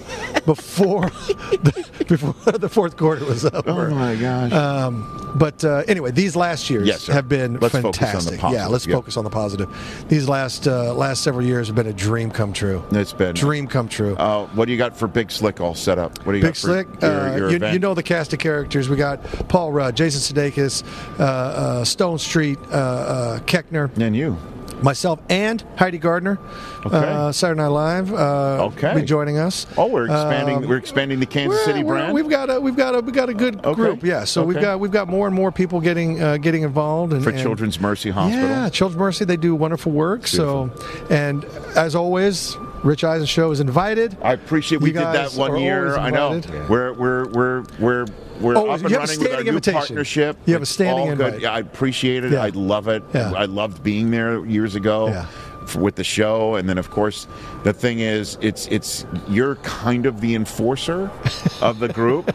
[SPEAKER 6] before the, before the fourth quarter was over.
[SPEAKER 1] Oh my gosh.
[SPEAKER 6] Um, but uh, anyway, these last years
[SPEAKER 1] Yes, sir.
[SPEAKER 6] have been
[SPEAKER 1] Let's focus on the
[SPEAKER 6] fantastic. yeah,
[SPEAKER 1] positive,
[SPEAKER 6] let's
[SPEAKER 1] yeah.
[SPEAKER 6] focus on the positive. These last uh, last several years have been a dream come true.
[SPEAKER 1] It's been-
[SPEAKER 6] dream come true.
[SPEAKER 1] Uh, what do you got for Big Slick all set up? What do you
[SPEAKER 6] Big
[SPEAKER 1] got for
[SPEAKER 6] Slick,
[SPEAKER 1] your,
[SPEAKER 6] uh,
[SPEAKER 1] your
[SPEAKER 6] you,
[SPEAKER 1] event?
[SPEAKER 6] you know the cast of characters. We got Paul Rudd, Jason Sudeikis, uh, uh, Stone Street, uh, uh, Keckner,
[SPEAKER 1] and you.
[SPEAKER 6] myself, and Heidi Gardner.
[SPEAKER 1] Okay.
[SPEAKER 6] Uh, Saturday Night Live. Uh,
[SPEAKER 1] Okay.
[SPEAKER 6] will be joining us.
[SPEAKER 1] Oh, we're expanding.
[SPEAKER 6] Um,
[SPEAKER 1] we're expanding the Kansas
[SPEAKER 6] we're-
[SPEAKER 1] City
[SPEAKER 6] we're-
[SPEAKER 1] brand.
[SPEAKER 6] We've got a we've got a we got a good
[SPEAKER 1] Okay.
[SPEAKER 6] group. Yeah. So we've
[SPEAKER 1] Okay.
[SPEAKER 6] got we've got more and more people getting uh, getting involved and,
[SPEAKER 1] for
[SPEAKER 6] and-
[SPEAKER 1] Children's Mercy Hospital.
[SPEAKER 6] Yeah, Children's Mercy. They do wonderful work. So, and as always, Rich Eisen show is invited.
[SPEAKER 1] I appreciate we
[SPEAKER 6] You
[SPEAKER 1] did that
[SPEAKER 6] guys are
[SPEAKER 1] one year.
[SPEAKER 6] always
[SPEAKER 1] I know
[SPEAKER 6] invited.
[SPEAKER 1] we're we're we're we're we're up
[SPEAKER 6] Always.
[SPEAKER 1] and
[SPEAKER 6] You have a
[SPEAKER 1] running with our
[SPEAKER 6] standing
[SPEAKER 1] new
[SPEAKER 6] invitation.
[SPEAKER 1] partnership.
[SPEAKER 6] You have a
[SPEAKER 1] It's
[SPEAKER 6] standing
[SPEAKER 1] all
[SPEAKER 6] invite.
[SPEAKER 1] good. Yeah, I appreciate it.
[SPEAKER 6] Yeah.
[SPEAKER 1] I love it.
[SPEAKER 6] Yeah.
[SPEAKER 1] I loved being there years ago.
[SPEAKER 6] Yeah.
[SPEAKER 1] f- With the show, and then of course, the thing is, it's it's you're kind of the enforcer of the group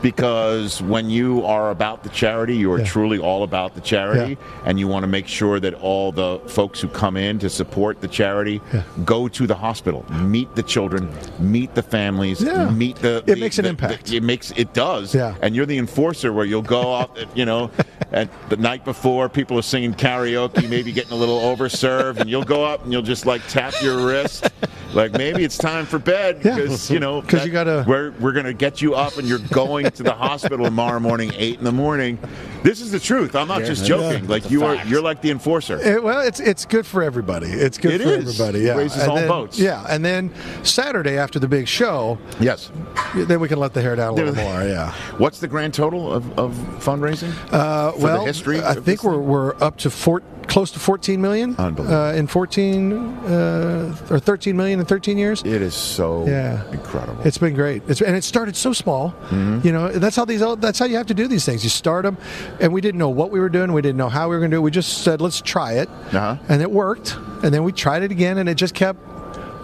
[SPEAKER 1] because when you are about the charity, you are
[SPEAKER 6] Yeah.
[SPEAKER 1] truly all about the charity, and you want to make sure that all the folks who come in to support the charity go to the hospital, meet the children, meet the families,
[SPEAKER 6] Yeah.
[SPEAKER 1] meet the.
[SPEAKER 6] It
[SPEAKER 1] the-
[SPEAKER 6] makes an
[SPEAKER 1] the-
[SPEAKER 6] impact.
[SPEAKER 1] the- it makes it does.
[SPEAKER 6] Yeah.
[SPEAKER 1] And you're the enforcer where you'll go out, at, you know, at the night before people are singing karaoke, maybe getting a little overserved, and you'll go up and you'll just like tap your wrist, like maybe it's time for bed
[SPEAKER 6] Yeah.
[SPEAKER 1] because you know
[SPEAKER 6] 'Cause
[SPEAKER 1] that-
[SPEAKER 6] you gotta-
[SPEAKER 1] we're we're gonna get you up and you're going to the hospital tomorrow morning eight in the morning. This is the truth. I'm not just joking. Like you are, you're like the enforcer.
[SPEAKER 6] It- well, it's it's good for everybody. It's good
[SPEAKER 1] It
[SPEAKER 6] for
[SPEAKER 1] is.
[SPEAKER 6] everybody. Yeah,
[SPEAKER 1] Raises
[SPEAKER 6] And
[SPEAKER 1] all
[SPEAKER 6] then-
[SPEAKER 1] boats.
[SPEAKER 6] Yeah, and then Saturday after the big show,
[SPEAKER 1] yes.
[SPEAKER 6] then we can let the hair down a little
[SPEAKER 1] Then-
[SPEAKER 6] more. Yeah.
[SPEAKER 1] What's the grand total of, of fundraising?
[SPEAKER 6] Uh,
[SPEAKER 1] For the
[SPEAKER 6] well,
[SPEAKER 1] history
[SPEAKER 6] I
[SPEAKER 1] of
[SPEAKER 6] think
[SPEAKER 1] this
[SPEAKER 6] we're, we're up to four, close to 14 million.
[SPEAKER 1] Unbelievable.
[SPEAKER 6] Uh, in 14 uh, or 13 million in 13 years.
[SPEAKER 1] it is so
[SPEAKER 6] Yeah.
[SPEAKER 1] incredible.
[SPEAKER 6] It's been great. It's and it started so small.
[SPEAKER 1] Mm-hmm.
[SPEAKER 6] You know, that's how these all- that's how you have to do these things. You start them, and we didn't know what we were doing. We didn't know how we were going to do it. We just said, let's try it,
[SPEAKER 1] Uh-huh.
[SPEAKER 6] and it worked. And then we tried it again, and it just kept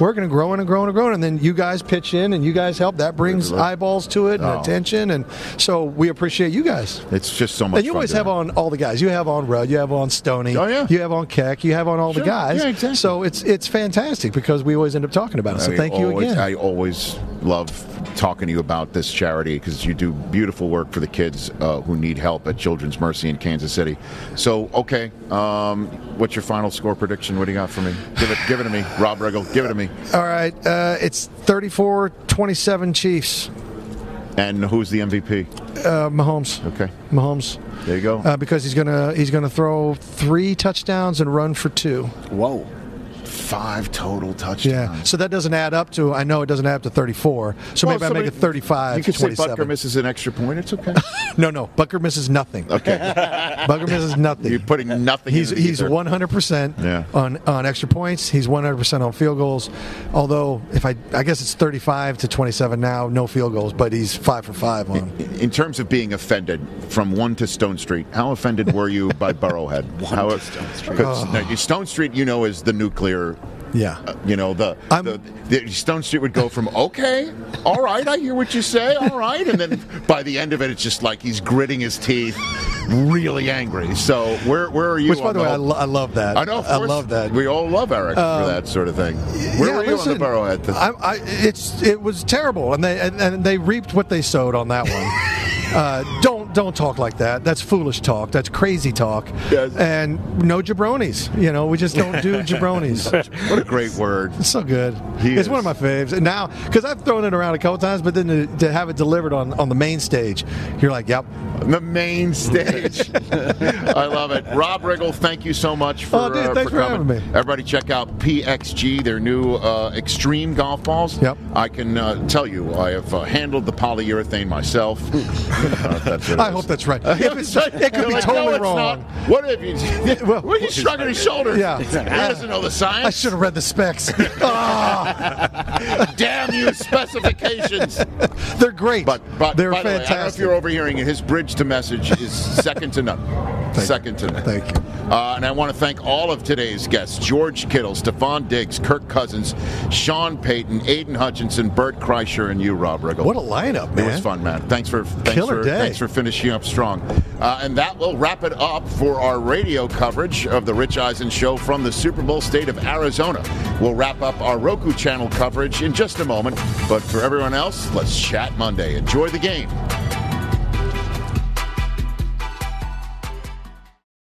[SPEAKER 6] working and growing and growing and growing. And then you guys pitch in, and you guys help. That brings
[SPEAKER 1] Absolutely.
[SPEAKER 6] eyeballs to it and
[SPEAKER 1] Oh.
[SPEAKER 6] attention, and so we appreciate you guys.
[SPEAKER 1] it's just so much.
[SPEAKER 6] And you
[SPEAKER 1] fun
[SPEAKER 6] always
[SPEAKER 1] doing
[SPEAKER 6] have
[SPEAKER 1] it.
[SPEAKER 6] on all the guys. You have on Rudd. You have on Stoney.
[SPEAKER 1] Oh, yeah.
[SPEAKER 6] You have on Keck. You have on all
[SPEAKER 1] Sure.
[SPEAKER 6] the guys.
[SPEAKER 1] Yeah, exactly.
[SPEAKER 6] So it's it's fantastic because we always end up talking about it. So
[SPEAKER 1] I
[SPEAKER 6] thank you
[SPEAKER 1] always-
[SPEAKER 6] again.
[SPEAKER 1] I always love talking to you about this charity because you do beautiful work for the kids uh, who need help at Children's Mercy in Kansas City. So, okay, um, what's your final score prediction? What do you got for me? Give it, give it to me, Rob Riggle. Give it to me.
[SPEAKER 6] All right, uh, it's 34-27 Chiefs.
[SPEAKER 1] And who's the MVP?
[SPEAKER 6] Uh, Mahomes.
[SPEAKER 1] Okay,
[SPEAKER 6] Mahomes,
[SPEAKER 1] there you go.
[SPEAKER 6] uh, because he's gonna he's gonna throw three touchdowns and run for two.
[SPEAKER 5] Whoa.
[SPEAKER 1] Five total touchdowns.
[SPEAKER 6] Yeah, so that doesn't add up to. I know it doesn't add up to thirty-four. So
[SPEAKER 1] Well,
[SPEAKER 6] maybe I make
[SPEAKER 1] somebody-
[SPEAKER 6] it thirty-five.
[SPEAKER 1] You could say
[SPEAKER 6] 27.
[SPEAKER 1] Butker misses an extra point. It's okay.
[SPEAKER 6] No, no, Bucker misses nothing.
[SPEAKER 1] Okay,
[SPEAKER 6] Bucker misses nothing.
[SPEAKER 1] you're putting nothing.
[SPEAKER 6] He's
[SPEAKER 1] in it
[SPEAKER 6] he's
[SPEAKER 1] either.
[SPEAKER 6] one hundred percent
[SPEAKER 1] Yeah.
[SPEAKER 6] on on extra points. He's one hundred percent on field goals. Although if I I guess it's thirty five to twenty seven now, no field goals, but he's five for five on.
[SPEAKER 1] In terms of being offended, from one to Stone Street, how offended were you by Burrowhead? how, to Stone Street. Stone Street, you know, is the nuclear.
[SPEAKER 6] Oh. Yeah.
[SPEAKER 1] uh, You know the,
[SPEAKER 6] I'm-
[SPEAKER 1] the, the Stone Street would go from okay, all right, I hear what you say, all right, and then by the end of it, it's just like he's gritting his teeth, really angry. So where where are you?
[SPEAKER 6] Which, by
[SPEAKER 1] on
[SPEAKER 6] the way, I,
[SPEAKER 1] whole-
[SPEAKER 6] lo- I love that.
[SPEAKER 1] I know. of
[SPEAKER 6] I
[SPEAKER 1] course,
[SPEAKER 6] love that. Um,
[SPEAKER 1] We all love Eric for that sort of thing. Where
[SPEAKER 6] Yeah,
[SPEAKER 1] were you
[SPEAKER 6] listen,
[SPEAKER 1] on the Burrowhead? thing?
[SPEAKER 6] I, I, it's it was terrible, and they and, and they reaped what they sowed on that one. uh, don't don't talk like that. That's foolish talk. That's crazy talk.
[SPEAKER 1] Yes.
[SPEAKER 6] And no jabronis. You know, we just don't do jabronis.
[SPEAKER 1] what a great word.
[SPEAKER 6] It's so good.
[SPEAKER 1] He
[SPEAKER 6] it's
[SPEAKER 1] is.
[SPEAKER 6] one of my faves. And now, because I've thrown it around a couple times, but then to, to have it delivered on, on the main stage, you're like, yep.
[SPEAKER 1] The main stage. I love it. Rob Riggle, thank you so much for,
[SPEAKER 6] Oh, dude,
[SPEAKER 1] uh,
[SPEAKER 6] thanks
[SPEAKER 1] for
[SPEAKER 6] for
[SPEAKER 1] coming.
[SPEAKER 6] having me.
[SPEAKER 1] Everybody, check out PXG, their new uh, extreme golf balls.
[SPEAKER 6] Yep.
[SPEAKER 1] I can uh, tell you, I have uh, handled the polyurethane myself. I, don't know if that's what it
[SPEAKER 6] I
[SPEAKER 1] is.
[SPEAKER 6] hope that's right. If it's, it could
[SPEAKER 1] You're
[SPEAKER 6] be
[SPEAKER 1] like, no,
[SPEAKER 6] totally
[SPEAKER 1] it's
[SPEAKER 6] wrong.
[SPEAKER 1] Not. What if you?
[SPEAKER 6] Well-
[SPEAKER 1] what are you shrugging his shoulders?
[SPEAKER 6] Yeah.
[SPEAKER 1] he doesn't know the science.
[SPEAKER 6] I should have read the specs. Ah,
[SPEAKER 1] Damn you, specifications.
[SPEAKER 6] they're great.
[SPEAKER 1] But but
[SPEAKER 6] they're
[SPEAKER 1] by the way, I don't know if
[SPEAKER 6] fantastic.
[SPEAKER 1] you're overhearing it. His bridge to message is second to none. Second to none.
[SPEAKER 6] Thank you.
[SPEAKER 1] Uh, and I want to thank all of today's guests George Kittle, Stephon Diggs, Kirk Cousins, Sean Payton, Aiden Hutchinson, Bert Kreischer, and you, Rob Riggle.
[SPEAKER 6] What a lineup,
[SPEAKER 1] It
[SPEAKER 6] man.
[SPEAKER 1] was fun, man. Thanks for thanks
[SPEAKER 6] Killer
[SPEAKER 1] for,
[SPEAKER 6] day.
[SPEAKER 1] Thanks for finishing up strong. Uh, and that will wrap it up for our radio coverage of the Rich Eisen Show from the Super Bowl state of Arizona. We'll wrap up our Roku channel coverage in just a moment. But for everyone else, let's chat Monday. Enjoy the game.